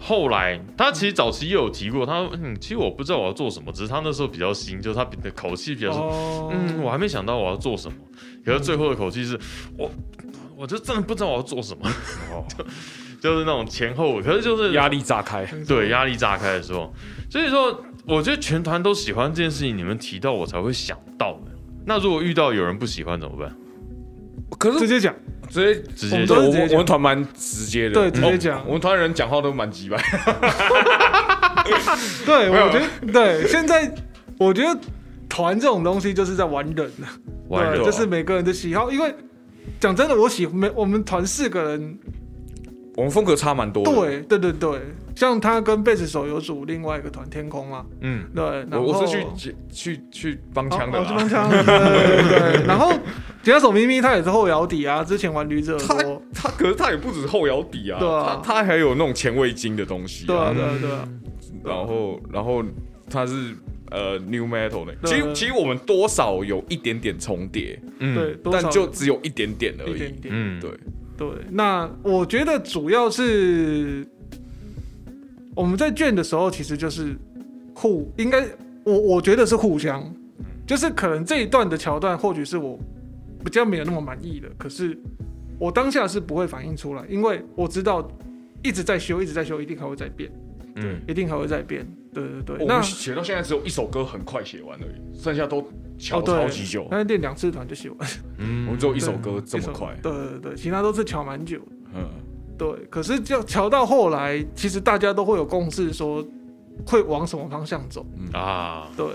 S2: 后来，他其实早期也有提过，他说：“嗯，其实我不知道我要做什么，只是他那时候比较新，就是他的口气比较说，
S4: 哦
S2: 嗯，我还没想到我要做什么。”可是最后的口气是，我我就真的不知道我要做什么，
S3: 哦，
S2: 就是那种前后，可是就是
S3: 压力炸开，
S2: 对，压力炸开的时候，所以说我觉得全团都喜欢这件事情，你们提到我才会想到的。那如果遇到有人不喜欢怎么办？
S3: 可是
S4: 直接讲，
S3: 直接
S2: 直
S3: 我
S2: 接
S3: 们
S4: 都
S3: 我
S4: 是直接
S3: 们
S4: 讲
S3: 我们团蛮直接的，
S4: 对直接
S3: 哦
S4: 讲
S3: 我们团人讲话都蛮直白，
S4: 对，
S3: 没有
S4: 我觉得对，现在我觉得团这种东西就是在玩人，
S2: 玩
S4: 对，
S2: 人
S4: 这是每个人的喜好，因为。讲真的，我喜没我们团四个人，
S3: 我们风格差蛮多的。
S4: 对对对对，像他跟贝斯手有组另外一个团天空嘛，
S2: 嗯，
S4: 对，然后哦
S3: 我我是去解去去帮腔的
S4: 哦哦是
S3: 啦
S4: 帮，腔的，对对 对。然后吉他手咪咪他也是后摇底啊，之前玩驴子耳
S3: 他
S4: 朵，
S3: 他可是他也不止后摇底啊，
S4: 对啊
S3: 他他还有那种前卫金的东西、
S4: 对啊
S3: 啊，
S4: 对啊对啊，
S3: 然后然后他是呃 new metal 的，
S4: 对
S3: 其
S4: 对
S3: 实其实我们多少有一点点重叠，
S2: 嗯
S4: 对，多少
S3: 但就只有一点点而
S4: 一
S3: 已
S4: 点，点，
S2: 嗯
S3: 对，
S4: 对，那我觉得主要是我们在卷的时候，其实就是互，应该我我觉得是互相，就是可能这一段的桥段，或许是我比较没有那么满意的，可是我当下是不会反映出来，因为我知道一直在修，一直在修，一定还会再变，
S2: 嗯
S4: 一定还会再变。对对对，
S3: 我
S4: 那
S3: 们写到现在只有一首歌很快写完而已，剩下都
S4: 哦
S3: 敲
S4: 对
S3: 超级久，
S4: 那练两次团就修完，
S2: 嗯
S3: 我们只有一首歌这么快，
S4: 对对对，其他都是瞧蛮久的
S3: 嗯，
S4: 对，可是就瞧到后来，其实大家都会有共识，说会往什么方向走。
S2: 啊，
S4: 对，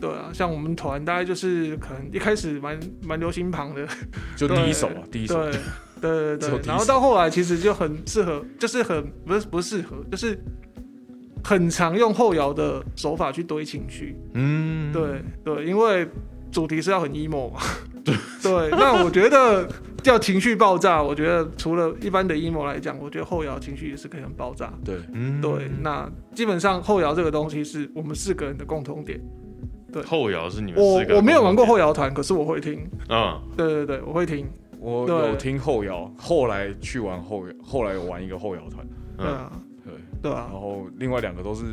S4: 对啊，像我们团大概就是可能一开始蛮蛮流行旁的，
S3: 就第一首啊，第一首
S4: 对，对对
S3: 只有
S4: 对
S3: 第，一
S4: 然后
S3: 首
S4: 到后来其实就很适合，就是很不是不适合，就是很常用后摇的手法去堆情绪。
S2: 嗯，
S4: 对对，因为主题是要很 emo 嘛。对，那我觉得叫情绪爆炸，我觉得除了一般的 emo 来讲，我觉得后摇情绪也是可以很爆炸。
S3: 对，
S2: 嗯
S4: 对，那基本上后摇这个东西是我们四个人的共同点。
S2: 后摇是你们
S4: 我
S2: 四个
S4: 我没有玩过后摇团，可是我会听。
S2: 嗯，
S4: 对对对，我会听。
S3: 我
S4: 对
S3: 有听后摇，后来去玩后摇，后来有玩一个后摇团，
S2: 嗯
S4: 对啊，
S3: 对，
S4: 对
S3: 然
S4: 啊，
S3: 后另外两个都是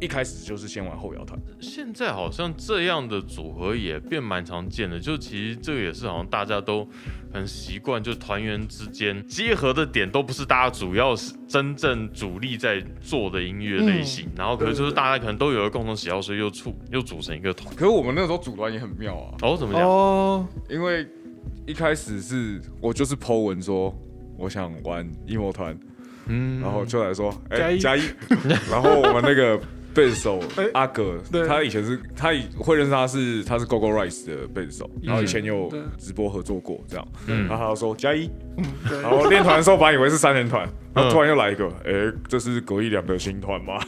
S3: 一开始就是先玩后摇团，
S2: 现在好像这样的组合也变蛮常见的，就其实这个也是好像大家都很习惯，就团员之间结合的点都不是大家主要是真正主力在做的音乐类型，然后可能就是大家可能都有一个共同喜好，所以又促又组成一个团。
S3: 可是我们那时候组团也很妙啊，
S2: 哦，怎么讲？
S4: 哦，
S3: 因为一开始是我就是 Po 文说我想玩 emo 团，
S2: 嗯，
S3: 然后就来说，哎、
S4: 加 一
S3: 加一，然后我们那个贝斯手
S4: 哎
S3: 阿葛
S4: 对，
S3: 他以前是他以会认识他是他是 GoGo Rice 的贝斯手，然后以前有
S4: 对
S3: 直播合作过这样，
S2: 嗯
S3: 然后他就说加一，
S4: 嗯，对
S3: 然后练团的时候本来以为是三人团，然后突然又来一个，哎、这是葛一良的新团吗？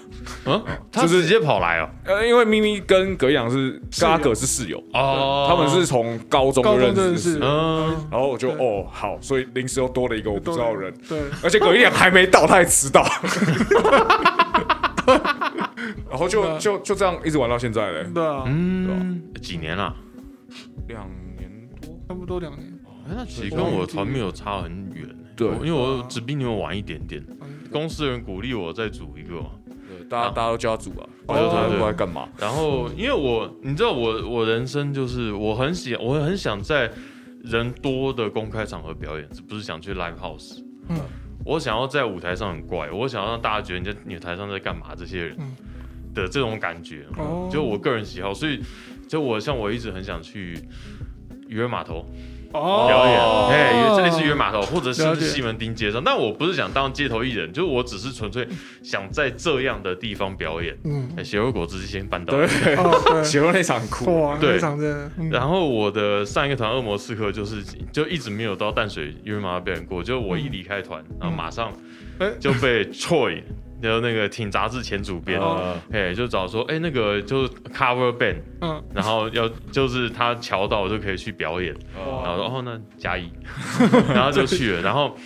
S2: 嗯，他
S3: 就是
S2: 直接跑来哦，
S3: 呃，因为咪咪跟葛一良是
S4: 室
S3: 跟
S4: 友
S3: 阿葛是室友，
S2: 哦，
S3: 他们是从高中
S4: 高
S3: 就
S4: 中
S3: 认识
S4: 真的
S3: 的
S4: 是
S3: 室友，
S2: 嗯，
S3: 然后我就
S4: 对
S3: 哦好，所以临时又多了一个我不知道的人，
S4: 对，
S3: 而且葛一良还没到，他还迟 到。然后就就就这样一直玩到现在嘞，
S4: 对啊，
S2: 嗯，几年了？
S3: 两年多。
S4: 差不多两年。
S2: 哎那其实跟我的团没有差很远，
S3: 对
S2: 因为我只比你们晚一点点。
S4: 嗯
S2: 公司人鼓励我再组一个嘛，
S3: 对，大家大家都叫他组啊，
S2: 哦
S3: 我就他不知道在干嘛。
S2: 然后因为我你知道我我人生就是我很喜我很想在人多的公开场合表演，不是想去 live house，
S4: 嗯
S2: 我想要在舞台上很怪，我想要让大家觉得你在你台上在干嘛，这些人
S4: 嗯
S2: 的这种感觉，
S4: 哦
S2: 就我个人喜好，所以就我像我一直很想去。渔人码头
S4: 哦
S2: 表演，哎、这里是渔约码头，或者
S4: 了
S2: 是
S4: 解
S2: 西门町街上。但我不是想当街头艺人，就是我只是纯粹想在这样的地方表演。
S4: 嗯，
S2: 哎，血肉果汁先办到。
S3: 对，
S4: 哦
S3: 血肉那场很
S4: 对，
S3: 酷，
S4: 哇，
S2: 对
S4: 非常的，嗯
S2: 然后我的上一个团恶魔刺客就是就一直没有到淡水因为马表演过，就我一离开团，然后马上
S4: 哎
S2: 就被 Troy 就那个挺杂志前主编，
S3: 呃，
S2: 哎就找说哎那个就是 cover band，
S4: 嗯，
S2: 然后要就是他瞧到我就可以去表演，
S3: 呃
S2: 然后说哦那加一， 然后就去了。然后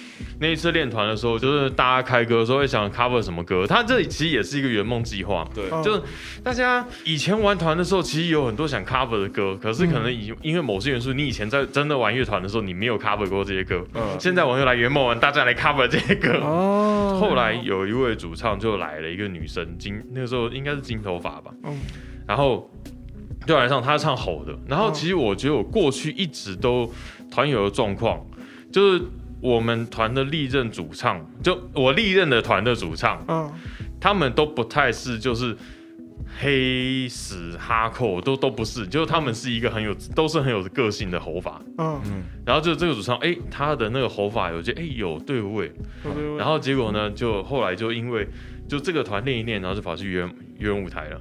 S2: 那一次练团的时候，就是大家开歌的时候会想 cover 什么歌，他这里其实也是一个圆梦计划，
S3: 对，
S4: 哦
S2: 就是大家以前玩团的时候，其实有很多想 cover 的歌，可是可能
S4: 嗯
S2: 以、因为某些元素，你以前在真的玩乐团的时候，你没有 cover 过这些歌。
S3: 嗯
S2: 现在玩又来圆梦玩，大家来 cover 这些歌。
S4: 哦，
S2: 后来有一位主唱就来了一个女生，金那个时候应该是金头发吧，
S4: 嗯，
S2: 然后就来上她唱吼的。然后
S4: 嗯
S2: 其实我觉得我过去一直都团友的状况，就是我们团的历任主唱，就我历任的团的主唱，
S4: 嗯
S2: 他们都不太是就是黑死哈扣，都都不是，就是他们是一个很有都是很有个性的吼法。
S4: 嗯，
S2: 然后就这个主唱，哎、他的那个吼法有些哎、有对味，
S4: 对对对
S2: 然后结果呢，就后来就因为就这个团练一练，然后就跑去圆圆舞台了。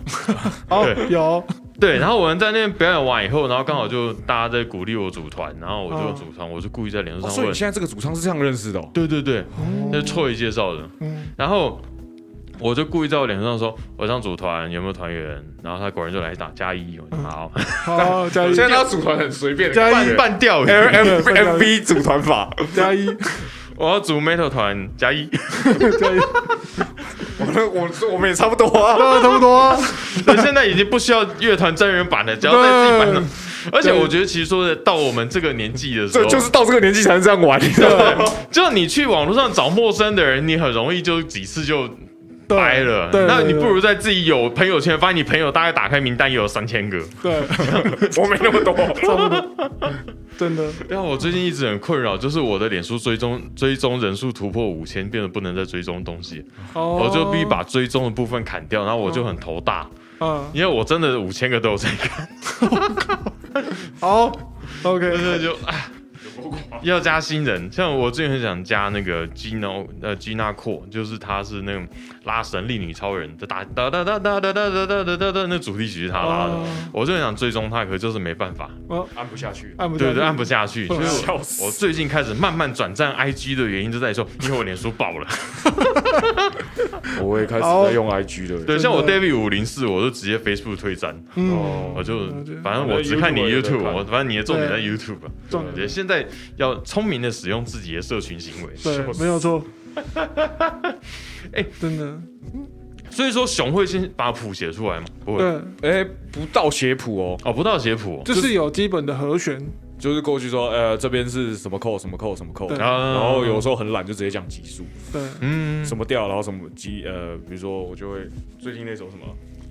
S4: 哦
S2: 对
S4: 有，
S2: 对，然后我们在那边表演完以后，然后刚好就大家在鼓励我组团，然后我就组团，我就故意在脸书
S3: 哦
S2: 上
S3: 所以
S2: 问，
S3: 你现在这个主唱是这样认识的哦，
S2: 对对对，那
S4: 嗯
S2: 是错一介绍的，
S4: 嗯
S2: 然后我就故意在我脸上说，我想组团，有没有团员？然后他果然就来打加一，我就好，
S4: 好，加一
S3: 现在他组团很随便，
S4: 嗯加一哎
S3: 半
S2: 半钓 鱼，
S3: M M M V 组团法，
S4: 加一
S2: 我要组 metal 团加 一，
S4: 加一，
S3: 我们我我们也差不多啊，
S4: 啊，差不多 啊，
S2: 对现在已经不需要乐团真人版了，只要在自己版上。而且我觉得，其实说的到我们这个年纪的时
S3: 这
S2: 候，
S3: 就是到这个年纪才能这样玩，你知道吗？
S2: 对，就你去网络上找陌生的人，你很容易就几次就
S4: 对
S2: 掰了。
S4: 对，
S2: 那
S4: 对
S2: 你不
S4: 对
S2: 如在自己有朋友圈，发现你朋友大概打开名单也有三千个。
S4: 对，
S3: 我没那么多，
S4: 差不多，嗯真的，
S2: 对啊，我最近一直很困扰，就是我的脸书追踪追踪人数突破五千，变得不能再追踪东西，
S4: 哦
S2: 我就必须把追踪的部分砍掉，然后我就很头大，
S4: 嗯，
S2: 因为我真的五千个都有在看，
S4: 好，OK，
S2: 真的就哎。要加新人，像我之前很想加那个 Gino 呃 Gina Core，就是她是那种拉神力女超人的打哒哒哒哒哒哒哒哒哒哒哒，那主题曲是她拉的
S4: 哦，
S2: 我就很想追踪她，可就是没办法，
S3: 按不下去，
S4: 按不
S2: 对
S4: 下去
S2: 对，按不下去，所以我
S3: 笑死
S2: 我！最近开始慢慢转战 IG 的原因就在于说，因为我脸书爆了。
S3: 我也开始
S4: 好
S3: 在用 IG 了，
S2: 对，像我
S4: 真
S2: David 五零四，我就直接 Facebook 退战，
S4: 嗯，
S3: 哦
S2: 我就
S4: 了解
S2: 反正我只看你
S3: 反正
S2: YouTube，
S3: YouTube
S2: 我反正你的重点在
S4: 对
S2: YouTube 吧。
S4: 重
S2: 对
S4: 点
S2: 对，现在要聪明的使用自己的社群行为。
S4: 对，
S3: 笑死
S4: 没有错，
S2: 哎
S4: 真的，
S2: 所以说，熊会先把谱写出来嘛？不会。
S4: 对，
S3: 哎，不到斜谱哦，
S2: 哦，不到写谱哦
S4: 就是有基本的和弦，
S3: 就是过去说，呃，这边是什么扣什么扣什么扣，
S4: 对
S3: 然
S2: 啊，
S3: 后有时候很懒就直接讲级数，
S4: 对，
S2: 嗯，
S3: 什么调，然后什么级，呃，比如说我就会最近那首什么，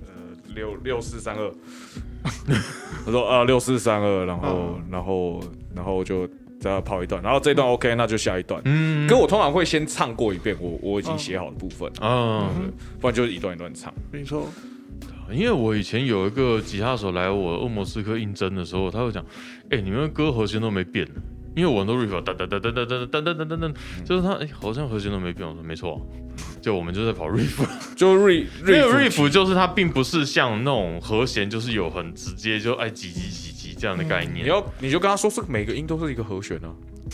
S3: 呃，六六四三二， 他说啊六四三二，然后
S2: 嗯
S3: 然后然后就再跑一段，然后这一段 OK，那就下一段。
S2: 嗯
S3: 可我通常会先唱过一遍我我已经写好的部分，
S2: 啊，
S3: 不然就是一段一段唱。
S4: 没错，
S2: 因为我以前有一个吉他手来我恶魔刺客应征的时候，他会讲：“哎、你们的歌和弦都没变，因为我很多 riff 哒哒哒哒哒哒哒哒哒哒哒，就是他哎、好像和弦都没变。”我说：“没错、就我们就在跑 riff，
S3: 就 re
S2: 因为
S3: re
S2: riff 就是它并不是像那种和弦，就是有很直接就哎几几几几这样的概
S3: 你
S2: 念。
S3: 要你就跟他说，这个每个音都是一个和弦啊。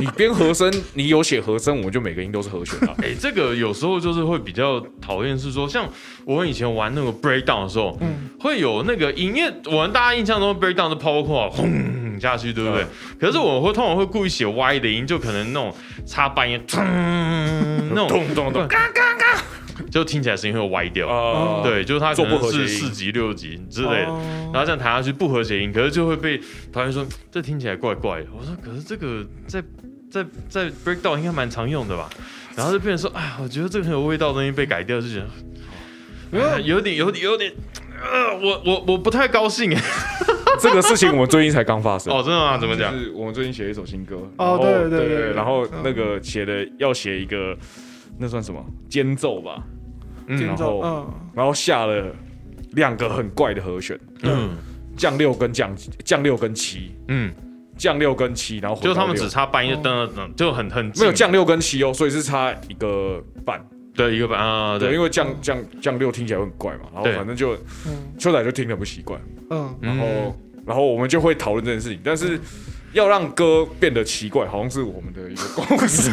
S3: 你编和声，你有写和声，我就每个音都是和弦啊。
S2: 哎、这个有时候就是会比较讨厌，是说像我们以前玩那个 breakdown 的时候，
S4: 嗯
S2: 会有那个音，因为我们大家印象中 breakdown 是 power chord 轰下去，对不对？
S3: 嗯
S2: 可是我会通常会故意写歪的音，就可能那种插半音，咚那种
S3: 咚咚咚
S2: 嘎嘎嘎，就听起来声音会歪掉。
S3: 啊，
S2: 哦对，就是它可
S3: 做不
S2: 能
S3: 和谐
S2: 是
S3: 音
S2: 四级、六级之类的。
S4: 哦
S2: 然后这样弹下去不和谐音，可是就会被团员说这听起来怪怪的。我说可是这个在在在 breakdown 应该蛮常用的吧？然后就变成说，哎，我觉得这个很有味道的东西被改掉，就觉得、啊有点有点有点，呃，我我我不太高兴。欸
S3: 这个事情我们最近才刚发生。
S2: 哦，真的吗？怎么讲
S3: 就？是我们最近写了一首新歌，然
S4: 哦
S3: 后
S4: 对对
S3: 对
S4: 对嗯对
S3: 然后那个写的要写一个，那算什么间奏吧，
S4: 间
S3: 然
S4: 奏，
S3: 后
S4: 嗯，
S3: 然后下了两个很怪的和弦，
S2: 嗯
S3: 降六跟降降六跟七，
S2: 嗯，
S3: 降六跟七，然后
S2: 就是他们
S3: 只
S2: 只差半夜，噔噔噔，就很很近
S3: 哦没有降六跟七哦，所以是差一个半。
S2: 对一个半啊，
S3: 对，
S2: 对
S3: 因，为降降降六听起来会很怪嘛，然后
S2: 对
S3: 反正就
S4: 嗯
S3: 秋仔就听得不习惯，
S4: 嗯，
S3: 然
S2: 嗯
S3: 后、然后我们就会讨论这件事情，但是。要让歌变得奇怪，好像是我们的一个共 识，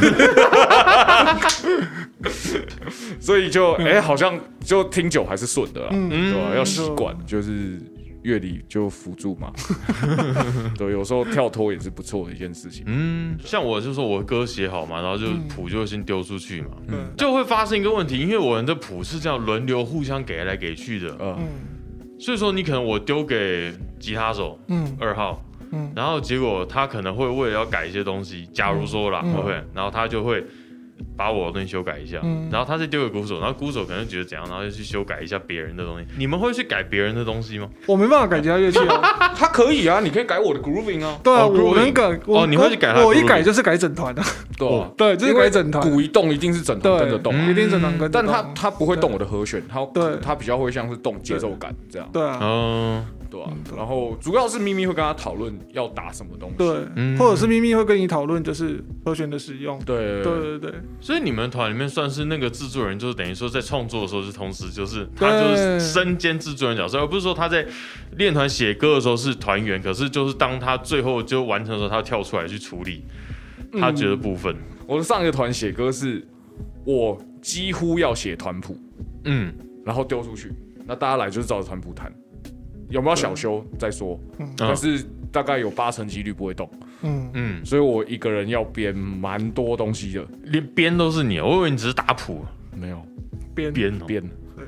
S3: 所以就哎、好像就听久还是顺的啦，
S4: 嗯
S3: 对吧、
S2: 嗯
S3: 要习惯，就是乐理就辅助 嘛，对，有时候跳脱也是不错的一件事情。
S2: 嗯，像我就说我歌写好嘛，然后就
S4: 嗯
S2: 谱就先丢出去嘛，
S4: 对，
S2: 就会发生一个问题，因为我们的谱是这样轮流互相给来给去的，
S3: 呃，
S4: 嗯
S2: 所以说你可能我丢给吉他手
S4: 嗯
S2: 二号，
S4: 嗯
S2: 然后结果他可能会为了要改一些东西，假如说啦，
S4: 嗯嗯
S2: OK，然后他就会把我的东西修改一下，
S4: 嗯
S2: 然后他再丢给鼓手，然后鼓手可能觉得怎样，然后就去修改一下别人的东西。你们会去改别人的东西吗？
S4: 我没办法改其他乐器 啊，
S3: 他可以啊，你可以改我的 grooving 啊，
S4: 对啊，
S2: 哦
S4: 我
S2: grooving
S4: 能改，我
S2: 哦你会去改它的
S4: 我一改
S2: grooving
S4: 就是改整团的，
S3: 对啊
S2: 哦
S4: 对，就是
S3: 因为
S4: 改整团，
S3: 鼓一动一定是整团跟着动啊，
S4: 对，一定整团跟着动，
S3: 但他他不会动我的和弦，他
S4: 对
S3: 他比较会像是动节奏感这样，
S4: 对啊，
S2: 嗯，
S3: 对吧、啊
S4: 嗯对
S3: 然后主要是咪咪会跟他讨论要打什么东西，
S4: 对
S2: 嗯，
S4: 或者是咪咪会跟你讨论就是和弦的使用，
S3: 对
S4: 对对对，
S2: 所以你们团里面算是那个制作人，就是等于说在创作的时候是同时，就是他就是身兼制作人角色，而不是说他在练团写歌的时候是团员，可是就是当他最后就完成的时候，他跳出来去处理他觉得部分。
S3: 我的上一个团写歌是，我几乎要写团谱，
S2: 嗯，
S3: 然后丢出去，那大家来就是照着团谱弹，有没有小修再说，
S4: 嗯
S3: 但是大概有八成几率不会动，
S4: 嗯，
S2: 嗯，
S3: 所以我一个人要编蛮多东西的，
S2: 连编都是你，我以为你只是打谱
S3: 没有。
S4: 编
S2: 编哦。
S3: 编。
S4: 对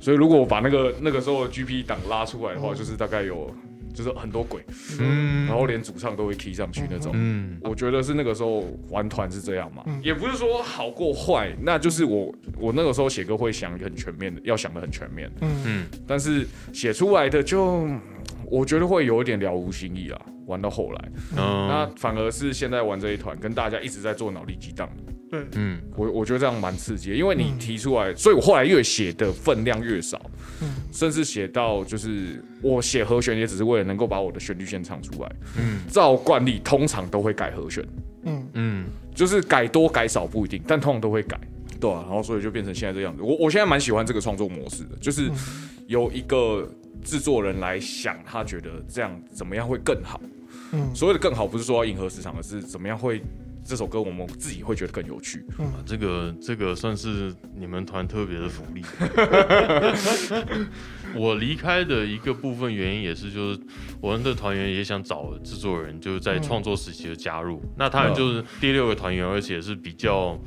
S3: 所以如果我把那个那个时候的 GP 档拉出来的话，
S4: 嗯
S3: 就是大概有就是很多鬼，
S2: 嗯
S3: 然后连主唱都会 key 上去那种。
S2: 嗯
S3: 我觉得是那个时候玩团是这样嘛，
S4: 嗯
S3: 也不是说好过坏，那就是我我那个时候写歌会想很全面的，要想的很全面，
S4: 嗯
S2: 嗯
S3: 但是写出来的就嗯我觉得会有一点了无新意啦。玩到后来，那
S2: 嗯
S3: 反而是现在玩这一团跟大家一直在做脑力激荡，
S4: 对，
S2: 嗯
S3: 我我觉得这样蛮刺激的，因为你
S4: 嗯
S3: 提出来，所以我后来越写的分量越少，
S4: 嗯
S3: 甚至写到就是我写和弦也只是为了能够把我的旋律先唱出来。
S2: 嗯
S3: 照惯例，通常都会改和弦，
S4: 嗯
S2: 嗯
S3: 就是改多改少不一定，但通常都会改。对啊，然后所以就变成现在这样子。我我现在蛮喜欢这个创作模式的，就是
S4: 嗯
S3: 由一个制作人来想，他觉得这样怎么样会更好。
S4: 嗯
S3: 所谓的更好，不是说要迎合市场，而是怎么样会这首歌我们自己会觉得更有趣。
S2: 啊这个这个算是你们团特别的福 利。我离开的一个部分原因也是，就是我们的团员也想找制作人，就是在
S4: 嗯
S2: 创作时期的加入。那
S3: 嗯
S2: 他们就是第六个团员，而且是比较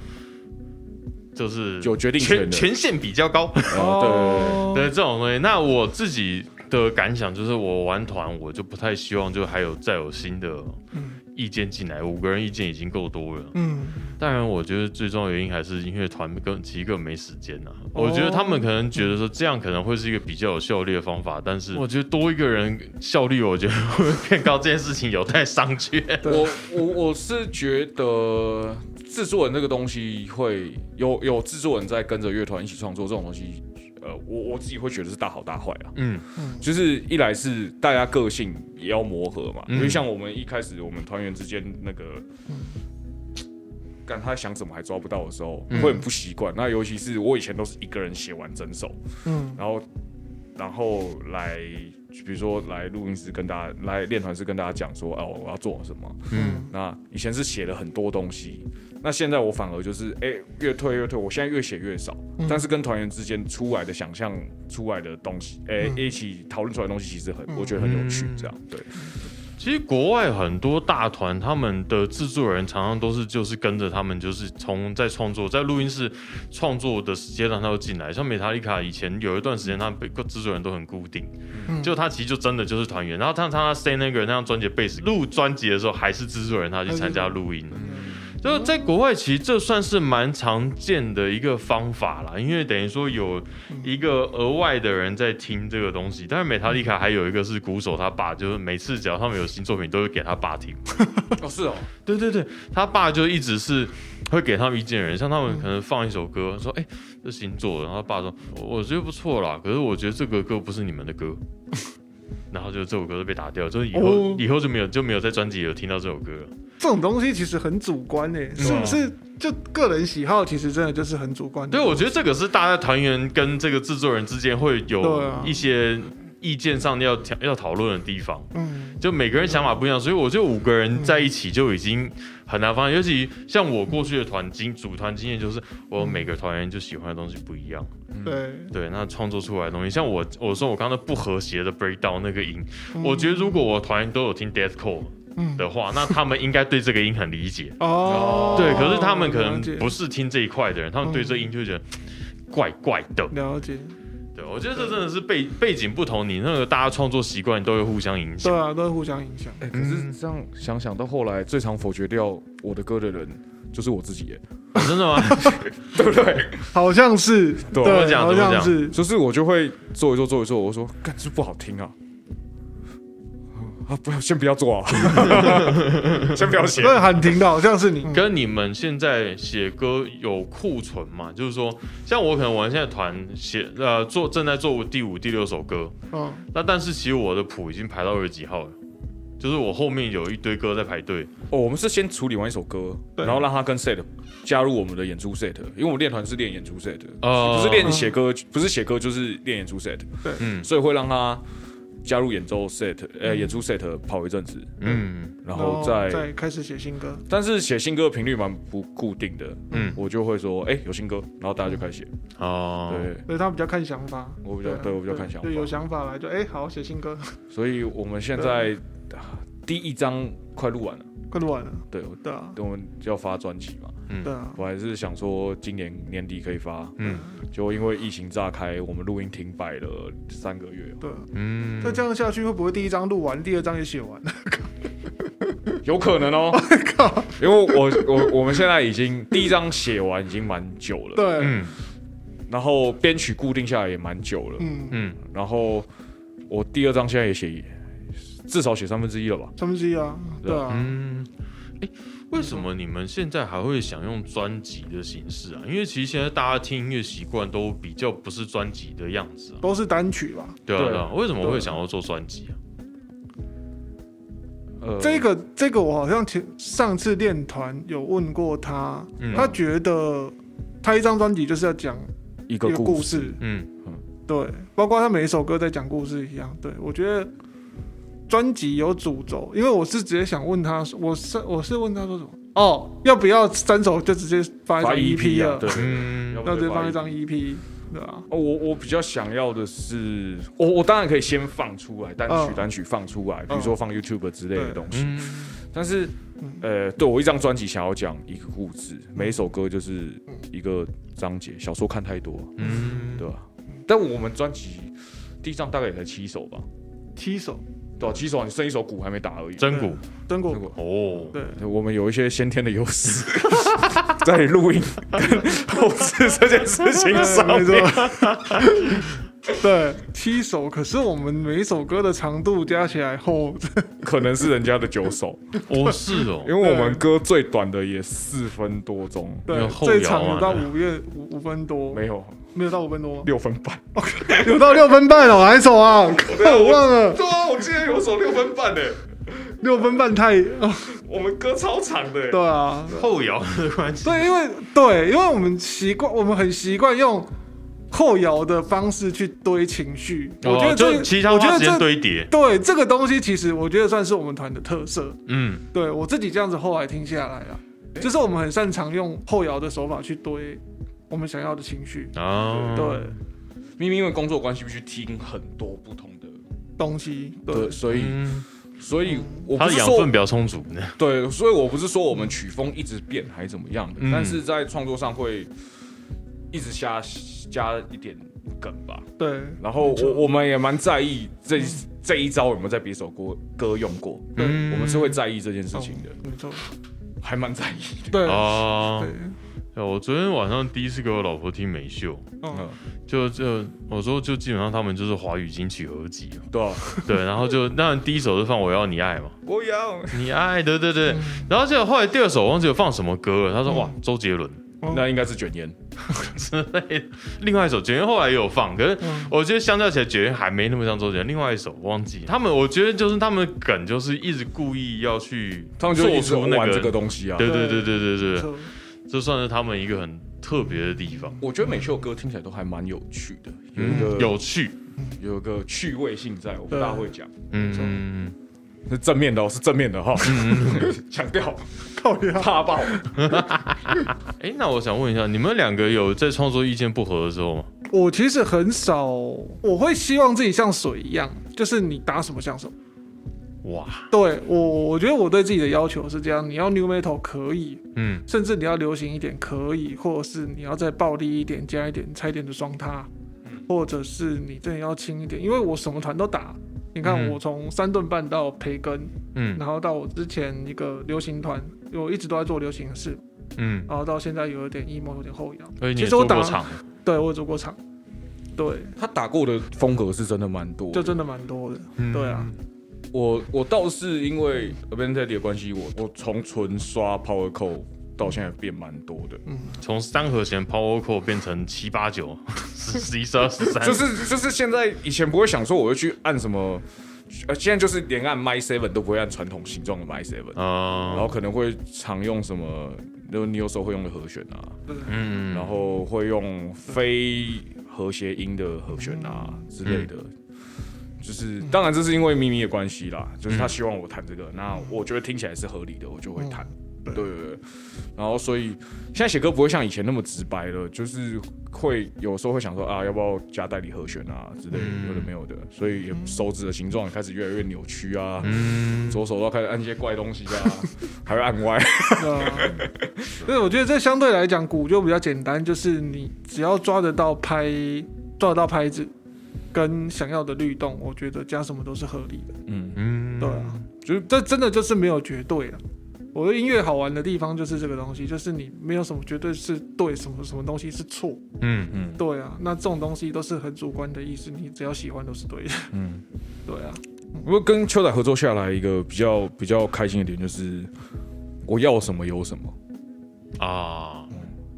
S2: 就是
S3: 有决定权
S2: 权
S3: 的
S2: 权限比较高。
S4: 哦
S3: 啊，对对对对。
S2: 哦对这种东西，那我自己的感想就是，我玩团我就不太希望就还有再有新的
S4: 嗯
S2: 意见进来，五个人意见已经够多了。
S4: 嗯
S2: 当然，我觉得最重要的原因还是因为团跟其实根本没时间呐、
S4: 哦
S2: 我觉得他们可能觉得说这样可能会是一个比较有效率的方法，但是我觉得多一个人效率，我觉得会变高，这件事情有待商榷。
S4: 对
S3: 我我我是觉得制作人这个东西会有有制作人在跟着乐团一起创作这种东西，呃，我我自己会觉得是大好大坏啊。
S2: 嗯
S4: 嗯
S3: 就是一来是大家个性也要磨合嘛，
S2: 嗯
S3: 因为像我们一开始我们团员之间那个，干他想什么还抓不到的时候，
S2: 嗯
S3: 会很不习惯。那尤其是我以前都是一个人写完整首，
S4: 嗯
S3: 然后然后来，比如说来录音室跟大家来练团室跟大家讲说，哦，我要做什么。
S2: 嗯
S4: 嗯
S3: 那以前是写了很多东西，那现在我反而就是哎、越退越退，我现在越写越少，
S4: 嗯
S3: 但是跟团员之间出来的想象出来的东西，哎、
S4: 嗯
S3: 一起讨论出来的东西，其实很、
S4: 嗯
S3: 我觉得很有趣
S2: 嗯，
S3: 这样对，
S2: 其实国外很多大团，他们的制作人常常都是就是跟着他们，就是从在创作在录音室创作的阶段，他都进来。像美塔丽卡以前有一段时间，他们被制作人都很固定，
S4: 嗯
S2: 就他其实就真的就是团员。然后他他 Stay 那个人那张专辑贝斯录专辑的时候，还是制作人他去参加录音。
S4: 嗯
S2: 就在国外，其实这算是蛮常见的一个方法啦，因为等于说有一个额外的人在听这个东西。但是美塔丽卡还有一个是鼓手他爸，就是每次只要他们有新作品，都会给他爸听。
S3: 哦是哦，
S2: 对对对，他爸就一直是会给他们意见的人，像他们可能放一首歌，
S4: 嗯
S2: 说哎、这 新作的，然后他爸说我我觉得不错啦，可是我觉得这个歌不是你们的歌。然后就这首歌就被打掉了，就是以后、
S4: 哦嗯
S2: 以后就没有就没有在专辑有听到这首歌了。
S4: 这种东西其实很主观诶、
S2: 嗯
S4: 是不是？就个人喜好，其实真的就是很主观的。
S2: 对，我觉得这个是大家团员跟这个制作人之间会
S4: 对
S2: 有
S4: 啊
S2: 一些意见上要调要讨论的地方，
S4: 嗯，
S2: 就每个人想法不一样，所以我觉得五个人在一起就已经很难发现。尤其像我过去的团经组团经验，就是我每个团员就喜欢的东西不一样，
S4: 对，
S2: 对，那创作出来的东西，像我我说我刚刚的不和谐的 breakdown 那个音，
S4: 嗯
S2: 我觉得如果我团员都有听 deathcore
S4: 嗯
S2: 的话，那他们应该对这个音很理解。
S4: 哦，
S2: 对，可是他们可能
S4: 了解
S2: 不是听这一块的人，他们对这音就会觉得怪怪的。
S4: 了解，
S2: 对，我觉得这真的是背背景不同，你那个大家创作习惯都会互相影
S4: 对
S2: 响。
S4: 啊，都会互相影响。
S3: 哎、可是这样想想到后来，最常否决掉我的歌的人就是我自己哎耶，
S2: 啊真的吗？
S3: 对不对？
S4: 好像是，
S3: 对
S2: 我讲
S4: 好
S2: 怎么
S4: 像
S2: 讲
S4: 是，
S3: 就是我就会做一做做一做，我说干这不好听啊，啊不要先不要做啊，先不要写。
S4: 对，喊停的，好像是你，
S2: 跟你们现在写歌有库存嘛？就是说，像我可能我现在团写呃做正在做第五、第六首歌，
S4: 嗯，
S2: 那但是其实我的谱已经排到二十几号了，就是我后面有一堆歌在排队。
S3: 哦，我们是先处理完一首歌，
S4: 对
S3: 然后让他跟 set 加入我们的演出 set，因为我们练团是练演出 set，
S2: 哦
S3: 不是练写歌，不是写歌就是练演出 set，
S4: 对
S2: 嗯
S3: 所以会让他加入演奏 set，呃，演出 set 跑一阵子，
S2: 嗯
S3: 然后再
S4: 再开始写新歌，
S3: 但是写新歌的频率蛮不固定的，
S2: 嗯
S3: 我就会说，哎、有新歌，然后大家就开始写。
S2: 哦，
S3: 对，
S4: 所以他比较看想法。
S3: 我比较对我比较看想法
S4: 就有想法来就哎，好写新歌，
S3: 所以我们现在啊第一张快录完了，
S4: 快录完了，
S3: 对，我
S4: 对啊，
S3: 等我们就要发专辑嘛。
S4: 对啊，
S3: 我还是想说今年年底可以发，
S2: 嗯
S3: 就因为疫情炸开，我们录音停摆了三个月，
S4: 对啊。
S2: 嗯
S4: 那这样下去会不会第一章录完，第二章也写完？
S3: 有可能哦。因为我我我们现在已经第一张写完已经蛮久了，，
S4: 对，
S2: 嗯
S3: 然后编曲固定下来也蛮久了，
S4: 嗯，
S2: 嗯，
S3: 然后我第二张现在也写至少写三分之一了吧。
S4: 三分之一啊，对啊，
S2: 嗯，哎、为什么你们现在还会想用专辑的形式啊？因为其实现在大家听音乐习惯都比较不是专辑的样子啊。
S4: 都是单曲吧。
S2: 对啊，
S3: 对
S2: 对啊，为什么会想要做专辑啊？
S3: 呃
S4: 这个这个我好像前上次练团有问过他，
S2: 嗯
S4: 他觉得他一张专辑就是要讲
S3: 一
S4: 一
S3: 个
S4: 个故，事，
S2: 嗯
S4: 对，包括他每一首歌在讲故事一样。对我觉得专辑有主轴，因为我是直接想问他，我是我是问他说什么？哦，要不要三首就直接发一 E 张
S3: 发 EP 啊
S4: 了，？
S3: 对，
S2: 嗯
S4: 要直接
S3: 放
S4: 放一张。EP，对啊，
S3: 哦，我我比较想要的是，我我当然可以先放出来单曲
S4: 嗯
S3: 单曲放出来，比如说放 YouTube 之类的
S4: 对
S3: 东西。
S2: 嗯
S3: 但是
S4: 嗯，
S3: 呃，对我一张专辑想要讲一个故事，每一首歌就是一个章节。小说看太多，
S2: 嗯，
S3: 对吧？但我们专辑第一张大概也才七首吧，
S4: 七首
S3: 对吧？七首，你剩一首鼓还没打而已。
S2: 真鼓
S4: 真
S3: 嗯
S4: 果
S3: 真果呃
S2: 哦，
S4: 对。
S3: 我们有一些先天的优 势，在录音跟后置这件事情上
S4: 没
S3: 面。
S4: 错，对，七首，可是我们每一首歌的长度加起来后，
S3: 可能是人家的九首，
S2: 哦是哦
S3: 因，为我们歌最短的也四分多钟，
S2: 有
S4: 对，
S2: 后
S4: 最
S2: 摇
S4: 长
S2: 啊
S4: 有到五月五五分多，
S3: 没有
S4: 没有到五分多吗，
S3: 六分半。
S4: 有到六分半哦，哪一首 啊？我忘了，
S3: 对啊，我记得有首六分半的，
S4: 六分半太，哦
S3: 我们歌超长的。
S4: 对啊，
S2: 后摇的关系。
S4: 对，因为对，因为我们习惯，我们很习惯用后摇的方式去堆情绪，我觉
S2: 哦
S4: 得
S2: 就
S4: 这，
S2: 其他
S4: 我觉
S2: 花
S4: 得
S2: 时间
S4: 这。
S2: 堆叠，
S4: 对这个东西，其实我觉得算是我们团的特色。
S2: 嗯，
S4: 对我自己这样子后来听下来了，就是我们很擅长用后摇的手法去堆我们想要的情绪，
S2: 哦，
S4: 对
S3: 明明因为工作关系必须听很多不同的，
S4: 东西，对
S3: 对，所以
S2: 嗯，
S3: 所以我
S2: 它
S3: 不
S2: 的
S3: 是
S2: 养
S3: 说
S2: 分比较充足呢。
S3: 对，所以我不是说我们曲风一直变还是怎么样的
S2: 嗯，
S3: 但是在创作上会一直加加一点梗吧。
S4: 对
S3: 然后我我们也蛮在意这这一招有没有在别首歌歌用过，
S4: 对
S2: 嗯
S3: 我们是会在意这件事情的，
S4: 没错，
S3: 还蛮在意的。
S4: 对
S2: 哦
S4: 对，，
S2: 对我昨天晚上第一次给我老婆听美秀，
S4: 嗯
S3: 嗯，
S2: 就就我说就基本上他们就是华语金曲合集啊，
S3: 对啊，
S2: 对，然后就那第一首就放我要你爱嘛，
S3: 我要嗯
S2: 你爱，对对对，然后结果后来第二首忘记有放什么歌了，他说
S4: 嗯
S2: 哇周杰伦，
S4: 哦
S3: 那应该是卷烟。
S2: 之类的。另外一首《卷烟》后来也有放，可是
S4: 嗯
S2: 我觉得相较起来，《卷烟》还没那么像周杰伦。另外一首我忘记，他们我觉得就是他们的梗就是一直故意要去
S3: 他
S2: 做
S3: 们就一直
S2: 出那
S3: 玩这个东西啊。
S2: 对对对对对
S4: 没
S2: 对对，
S4: 错
S2: 这算是他们一个很特别的地方，
S3: 我觉得每首歌听起来都还蛮有趣的，有一
S2: 嗯，
S3: 个
S2: 有趣，
S3: 有一个趣味性在，我不大会讲，
S2: 嗯，
S3: 是正面的哦，是正面的哈，嗯 强调
S4: 靠呀，
S3: 怕爆。
S2: 哎，那我想问一下，你们两个有在创作意见不合的时候吗？
S4: 我其实很少，我会希望自己像水一样，就是你打什么像什么。
S2: 哇，
S4: 对我，我觉得我对自己的要求是这样：你要 new metal 可以，
S2: 嗯
S4: 甚至你要流行一点可以，或者是你要再暴力一点，加一点拆点的双踏，
S2: 嗯
S4: 或者是你真的要轻一点，因为我什么团都打。你看，
S2: 嗯
S4: 我从三顿半到培根，
S2: 嗯
S4: 然后到我之前一个流行团，因为我一直都在做流行的事，
S2: 嗯，
S4: 然后到现在有一点 emo，有点后仰。
S2: 而且你
S4: 其
S2: 也
S4: 实我
S2: 做过
S4: 打，
S2: 场，
S4: 对我有做过场，对，
S3: 他打过的风格是真的蛮多的，
S4: 就真的蛮多的。
S2: 嗯
S4: 对啊，
S3: 我我倒是因为 a b a n d e d 的关系，我我从纯刷 Power Code 到现在变蛮多的，
S4: 嗯
S2: 从三和弦 Power Core 变成七八 九十十一十二十三，
S3: 就是就是现在以前不会想说我会去按什么，呃，现在就是连按 My Seven 都不会按传统形状的 My Seven，、然
S4: 哦
S2: 啊
S3: 后，可能会常用什么，就你有时候会用的和弦啊，
S2: 嗯，
S3: 然后会用非和谐音的和弦啊之类的。就是，当然这是因为咪咪的关系啦，就是他希望我弹这个，那我觉得听起来是合理的，我就会弹。对对对，然后所以现在写歌不会像以前那么直白了，就是会有时候会想说啊，要不要加代理和弦啊之类的，有的没有的，所以也手指的形状也开始越来越扭曲啊，
S2: 嗯
S3: 左手都开始按一些怪东西啊，还会按歪。
S4: 对，啊所以我觉得这相对来讲，鼓就比较简单，就是你只要抓得到拍，抓得到拍子，跟想要的律动，我觉得加什么都是合理的。
S3: 嗯，
S2: 嗯，
S4: 对啊，就是这真的就是没有绝对啊。我觉得音乐好玩的地方就是这个东西，就是你没有什么绝对是对，什么什么东西是错，
S2: 嗯
S3: 嗯
S4: 对啊，那这种东西都是很主观的意思，你只要喜欢都是对的，
S3: 嗯。
S4: 对啊，
S3: 不过跟秋仔合作下来，一个比较比较开心的点就是，我要什么有什么，
S2: 啊，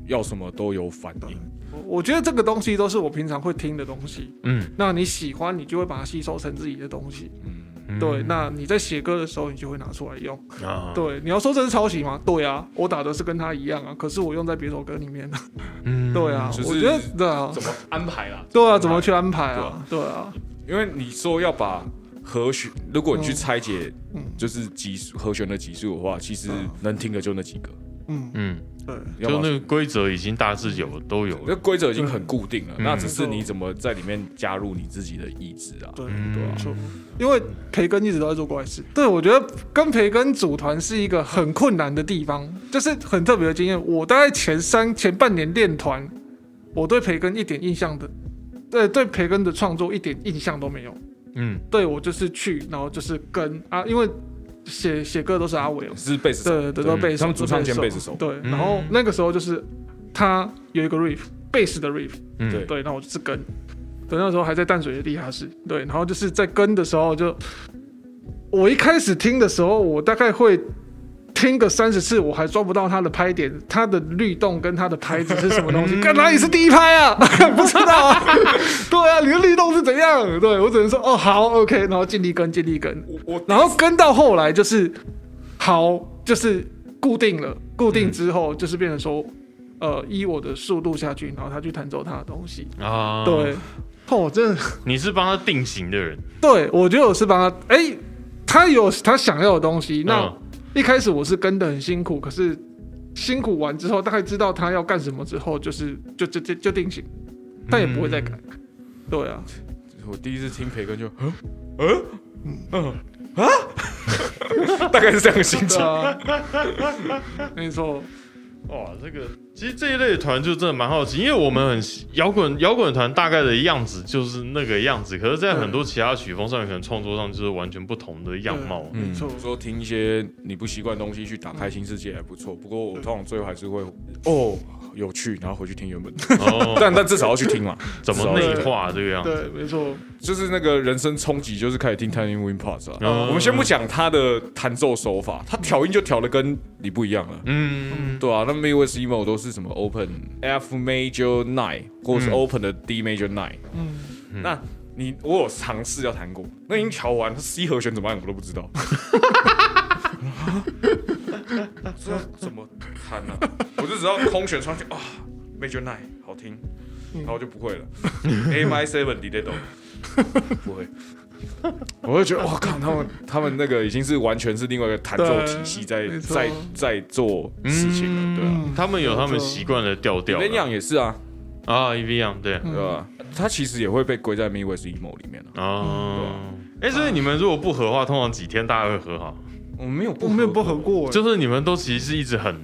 S3: 要什么都有反应。
S4: 我我觉得这个东西都是我平常会听的东西，
S2: 嗯，
S4: 那你喜欢，你就会把它吸收成自己的东西，
S3: 嗯，嗯
S2: 嗯
S4: 对，那你在写歌的时候，你就会拿出来用。
S2: 啊，
S4: 对，你要说这是抄袭吗？对啊，我打的是跟他一样啊，可是我用在别首歌里面了。
S2: 嗯
S4: 对啊，
S3: 就是
S4: 我觉得对啊，
S3: 怎么安排啦？
S4: 对啊，怎么去安排啊？对啊，
S3: 因为你说要把和弦，如果你去拆解，
S4: 嗯
S3: 就是级数和弦的级数的话，其实
S4: 嗯
S3: 能听的就那几个。
S4: 嗯，
S2: 嗯，
S4: 对，
S3: 要
S2: 就
S3: 么
S2: 那个规则已经大致有都有
S3: 那
S2: 了，
S3: 规则已经很固定了，
S2: 嗯
S3: 那只是你怎么在里面加入你自己的意志啊？
S4: 对，
S2: 嗯
S4: 没错。因为培根一直都在做怪事，对我觉得跟培根组团是一个很困难的地方，就是很特别的经验。我大概前三前半年练团，我对培根一点印象的，对对培根的创作一点印象都没有。
S2: 嗯
S4: 对我就是去，然后就是跟啊，因为写写歌都是阿伟哦，
S3: 是贝斯手，
S4: 对对，都贝斯，
S3: 他们主唱兼
S4: 贝
S3: 贝斯手
S4: 对。
S2: 嗯
S4: 然后那个时候就是他有一个 riff，贝斯的 riff，
S2: 嗯，
S3: 对
S4: 对，那我就是跟，对，那时候还在淡水的地下室，对，然后就是在跟的时候就，我一开始听的时候，我大概会。听个三十次，我还抓不到他的拍点，他的律动跟他的拍子是什么东
S3: 嗯
S4: 西？看哪里是第一拍啊？ 不知道 啊。对啊，你的律动是怎样？对我只能说哦，好，OK，然后尽力跟，尽力跟。
S3: 我我
S4: 然后跟到后来就是好，就是固定了，固
S2: 嗯
S4: 定之后就是变成说，呃，依我的速度下去，然后他去弹奏他的东西。
S2: 啊，
S4: 对，，哦，真的，
S2: 你是帮他定型的人，
S4: 对我觉得我是帮他，哎、他有他想要的东西。那、
S2: 嗯
S4: 一开始我是跟的很辛苦，可是辛苦完之后，大概知道他要干什么之后，就是就就就就定型，但也不会再改。
S2: 嗯
S4: 对啊，
S3: 我第一次听培根 就，嗯嗯嗯啊，大 概是这样的心
S4: 对
S3: 情。
S4: 啊， 没错，
S2: 哇，这个其实这一类的团就真的蛮好奇，因为我们很摇滚摇滚团大概的样子就是那个样子，可是，在
S4: 对
S2: 很多其他曲风上面，可能创作上就是完全不同的样貌。
S4: 对没错。
S3: 说听一些你不习惯的东西去打开新世界还不错，不过我通常最后还是会哦，有趣，然后回去听原本，
S2: 哦，
S3: 但但至少要去听嘛，
S2: 怎么内化这个样子？
S4: 对，没错，
S3: 就是那个人生冲击，就是开始听 Tiny Win Parts
S2: 哦
S3: 啊。我们先不讲他的弹奏手法，他调音就调的跟你不一样了。
S2: 嗯，
S3: 对啊，那 m i u s emo 都是什么 open F major nine 或者是
S2: 嗯
S3: open 的 D major nine，、
S4: 嗯，
S3: 那你我有尝试要弹过，那已经调完，它 C 和弦怎么按我都不知道。啊这怎么弹呢、我就只要空弦上去啊，major nine 好听，
S4: 嗯
S3: 然后我就不会了。A m i seven d 得懂，不会。我就觉得，哇靠，他们他们那个已经是完全是另外一个弹奏体系在
S4: 对没错
S3: 在在做事情了，对啊。
S4: 嗯
S2: 他们有他们习惯的调调啦
S3: v i n 也是啊，
S2: 啊，E V 样对
S3: 对吧？他其实也会被归在 m i w e s emo 里面啊。
S2: 哦。哎，所以你们如果不和话，通常几天大家会和好？
S3: 我们没有不
S4: 我没有
S3: 合
S4: 不合过，哎
S2: 就是你们都其实是一直很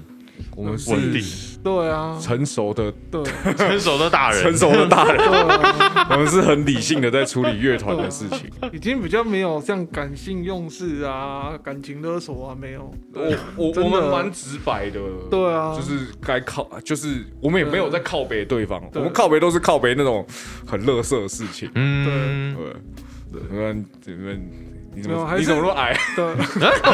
S3: 我们是
S2: 稳定、
S4: 对啊，
S3: 成熟的
S4: 对，啊
S2: 成熟的大人
S3: 成。熟的大人，
S4: 对啊，
S3: 我们是很理性的在处理乐团的事情。
S4: 已经比较没有像感性用事啊、感情勒索啊，没有，
S3: 我我
S4: 真
S3: 我
S4: 的
S3: 们蛮直白的，
S4: 对啊
S3: 就是该靠，就是我们也没有在靠北对方，我
S4: 对
S3: 们靠北都是靠北那种很乐色的事情。
S2: 嗯，
S3: 对，你们你们你怎
S4: 没有
S3: 么
S4: 还是
S3: 你怎么那么矮？
S4: 对，
S2: 没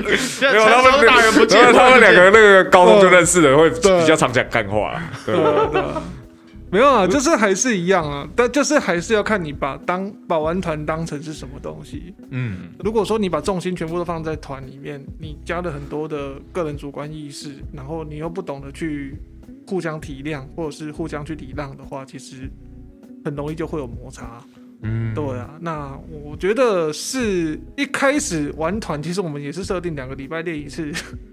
S3: 没有他们
S2: 大人不
S3: 没
S2: 见
S3: 有
S2: 了，
S3: 他们两个那个高中就
S4: 对
S3: 认识的，会
S4: 对
S3: 比较常讲干话啦。对
S4: 对啊对啊， 没有啊，就是还是一样啊，但就是还是要看你把当把玩团当成是什么东西。
S2: 嗯
S4: 如果说你把重心全部都放在团里面，你加了很多的个人主观意识，然后你又不懂得去互相体谅或者是互相去礼让的话，其实很容易就会有摩擦。
S2: 嗯，
S4: 对啊，那我觉得是一开始玩团，其实我们也是设定两个礼拜练一次。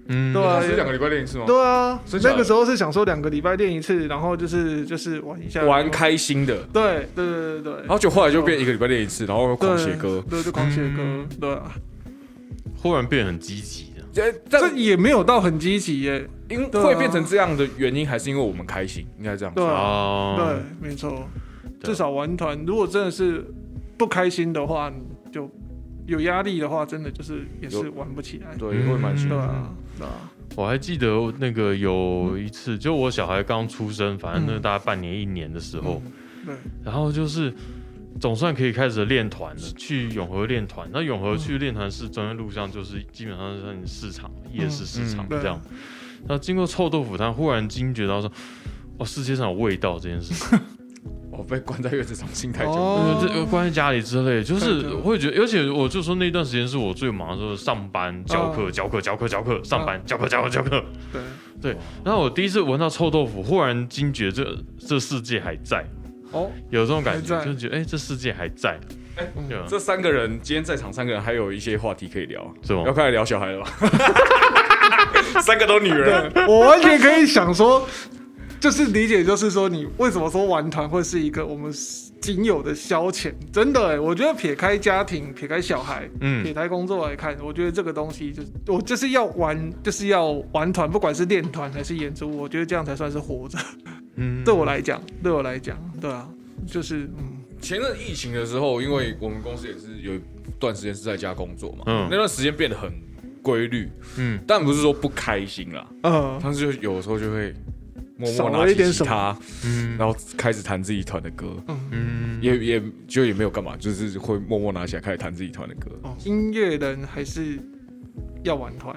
S2: 嗯，
S4: 对啊
S3: 是两个礼拜练一次吗？
S4: 对啊，
S3: 真假的
S4: 那个时候是想说两个礼拜练一次，然后就是就是玩一下，
S3: 玩开心的，
S4: 对对对对对
S3: 然，后就后来就变一个礼拜练一次，然后狂写歌。
S4: 对，就狂写歌，
S2: 嗯
S4: 对啊，
S2: 忽然变很积极啊的，
S3: 呃，
S4: 这
S3: 但
S4: 也没有到很积极耶，
S3: 因
S4: 对啊
S3: 会变成这样的原因，还是因为我们开心，应该这样
S4: 对
S3: 说。
S4: 啊对
S2: 哦，，
S4: 没错，
S2: 对
S3: 啊
S4: 至少玩团，如果真的是不开心的话，你就有压力的话，真的就是也是
S3: 有
S4: 玩不起来，
S3: 对，嗯会蛮辛苦
S4: 对
S3: 的。
S4: 啊，对啊，
S2: 我还记得那个有一次，就我小孩刚出生，反正那
S4: 嗯
S2: 大概半年一年的时候，
S4: 对，
S2: 然后就是总算可以开始练团了，去永和练团。那永和去练团是中间路上就是基本上是市场、夜市市场
S3: 嗯
S4: 对
S2: 这样。那经过臭豆腐摊，忽然惊觉到说。哦，世界上有味道这件事情，
S3: 我哦被关在月子中心太久了，
S4: 哦
S2: 这呃关在家里之类，就是
S4: 对对
S2: 会觉得，而且我就说那段时间是我最忙的时候，上班、教
S4: 嗯
S2: 课、教课、教课、教课，上班、教课、教课、教课，
S4: 对，哦
S2: 然后我第一次闻到臭豆腐，忽然惊觉这这世界还在，
S4: 哦，
S2: 有这种感
S4: 还
S2: 觉，
S4: 在哎
S2: 就觉得哎、这世界还在，对啊
S3: 这三个人今天在场三个人还有一些话题可以聊，
S2: 是吗
S3: 要开始聊小孩了吧？ 三个都女人，
S4: 我完全可以想说，就是理解，就是说你为什么说玩团会是一个我们仅有的消遣？真的、欸，我觉得撇开家庭，撇开小孩，
S2: 嗯
S4: 撇开工作来看，我觉得这个东西就是我就是要玩，就是要玩团，不管是练团还是演出，我觉得这样才算是活着。
S2: 嗯，
S4: 对我来讲，对我来讲，对啊，就是嗯，
S3: 前阵疫情的时候，因为我们公司也是有一段时间是在家工作嘛，
S2: 嗯
S3: 那段时间变得很规律，
S2: 嗯
S3: 但不是说不开心啦，
S4: 呃，
S3: 但是就有时候就会默
S4: 少
S3: 默
S4: 了
S3: 拿
S4: 一点
S3: 起吉
S4: 什么
S3: 他，
S2: 嗯
S3: 然后开始弹自己团的歌，
S2: 嗯
S3: 也也就也没有干嘛，就是会默默拿起来开始弹自己团的歌，
S4: 哦音乐人还是要玩团，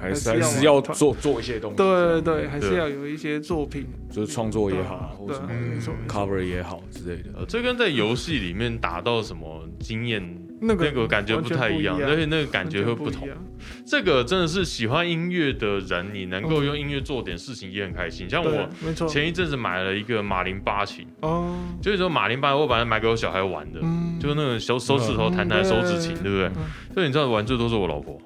S3: 还是
S4: 还
S3: 还
S4: 是要
S3: 是要
S4: 玩团
S3: 做做一些东西，
S4: 对对，还是
S2: 啊对
S4: 要有一些作品，
S3: 就是创作也好啊，或
S4: 对
S3: 者什
S4: 啊对啊
S3: 么
S4: 没错，没错
S3: cover 也好之类的。
S2: 呃，这跟在游戏里面达到什么经验。
S4: 那个
S2: 那个感觉
S4: 完
S2: 不
S4: 全
S2: 太
S4: 不
S2: 一
S4: 一
S2: 样，
S4: 样
S2: 而且那个感觉会
S4: 完
S2: 不
S4: 全不
S2: 同
S4: 一。样
S2: 这个真的是喜欢音乐的人，你能够用音乐做点事情也很开心。像
S4: 对
S2: 我，
S4: 没错，
S2: 前一阵子买了一个马林八琴，
S4: 哦，
S2: 就是说马林八，我本来买给我小孩玩的，
S4: 嗯，
S2: 就是那种手手指头弹弹手指琴，
S4: 嗯
S2: 对不对？所以你知道玩最多是我老婆，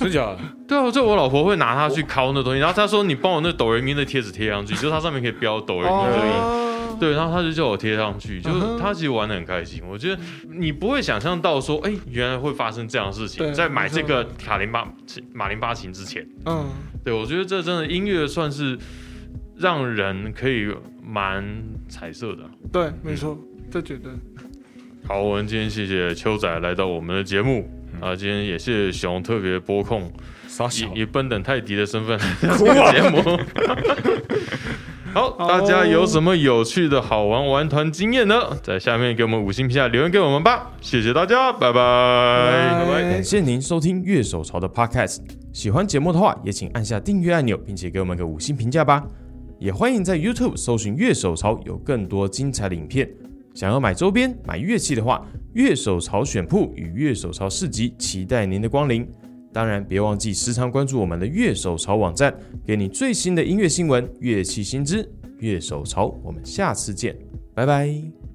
S3: 真 假的？
S2: 对啊，就我老婆会拿它去敲那东西，然后她说你帮我那哆瑞咪的贴纸贴上去，就是它上面可以标哆瑞咪这个音。
S4: 哦，
S2: 对，然后她就叫我贴上去，就
S4: 嗯
S2: 是
S4: 哼
S2: 她其实玩的很开心。我觉得你不会想象到说，哎，原来会发生这样的事情，
S4: 对
S2: 在买这
S4: 没错
S2: 个卡林巴马林巴琴之前，
S4: 嗯，
S2: 对我觉得这真的音乐算是让人可以蛮彩色的。
S4: 对，没错，这绝对。
S2: 好，我们今天谢谢秋仔来到我们的节目，
S4: 啊，今天也谢谢熊特别播控，
S3: 傻
S4: 以以奔等泰迪的身份来上这个节目。好，大家有什么有趣的好玩玩团经验呢？在下面给我们五星评价留言给我们吧，谢谢大家，拜拜。
S2: 感谢您收听乐手潮的 Podcast，喜欢节目的话，也请按下订阅按钮，并且给我们个五星评价吧。也欢迎在 YouTube 搜寻乐手潮，有更多精彩的影片。想要买周边、买乐器的话，乐手潮选铺与乐手潮市集期待您的光临。当然，别忘记时常关注我们的乐手潮网站，给你最新的音乐新闻、乐器新知。乐手潮，我们下次见，拜拜。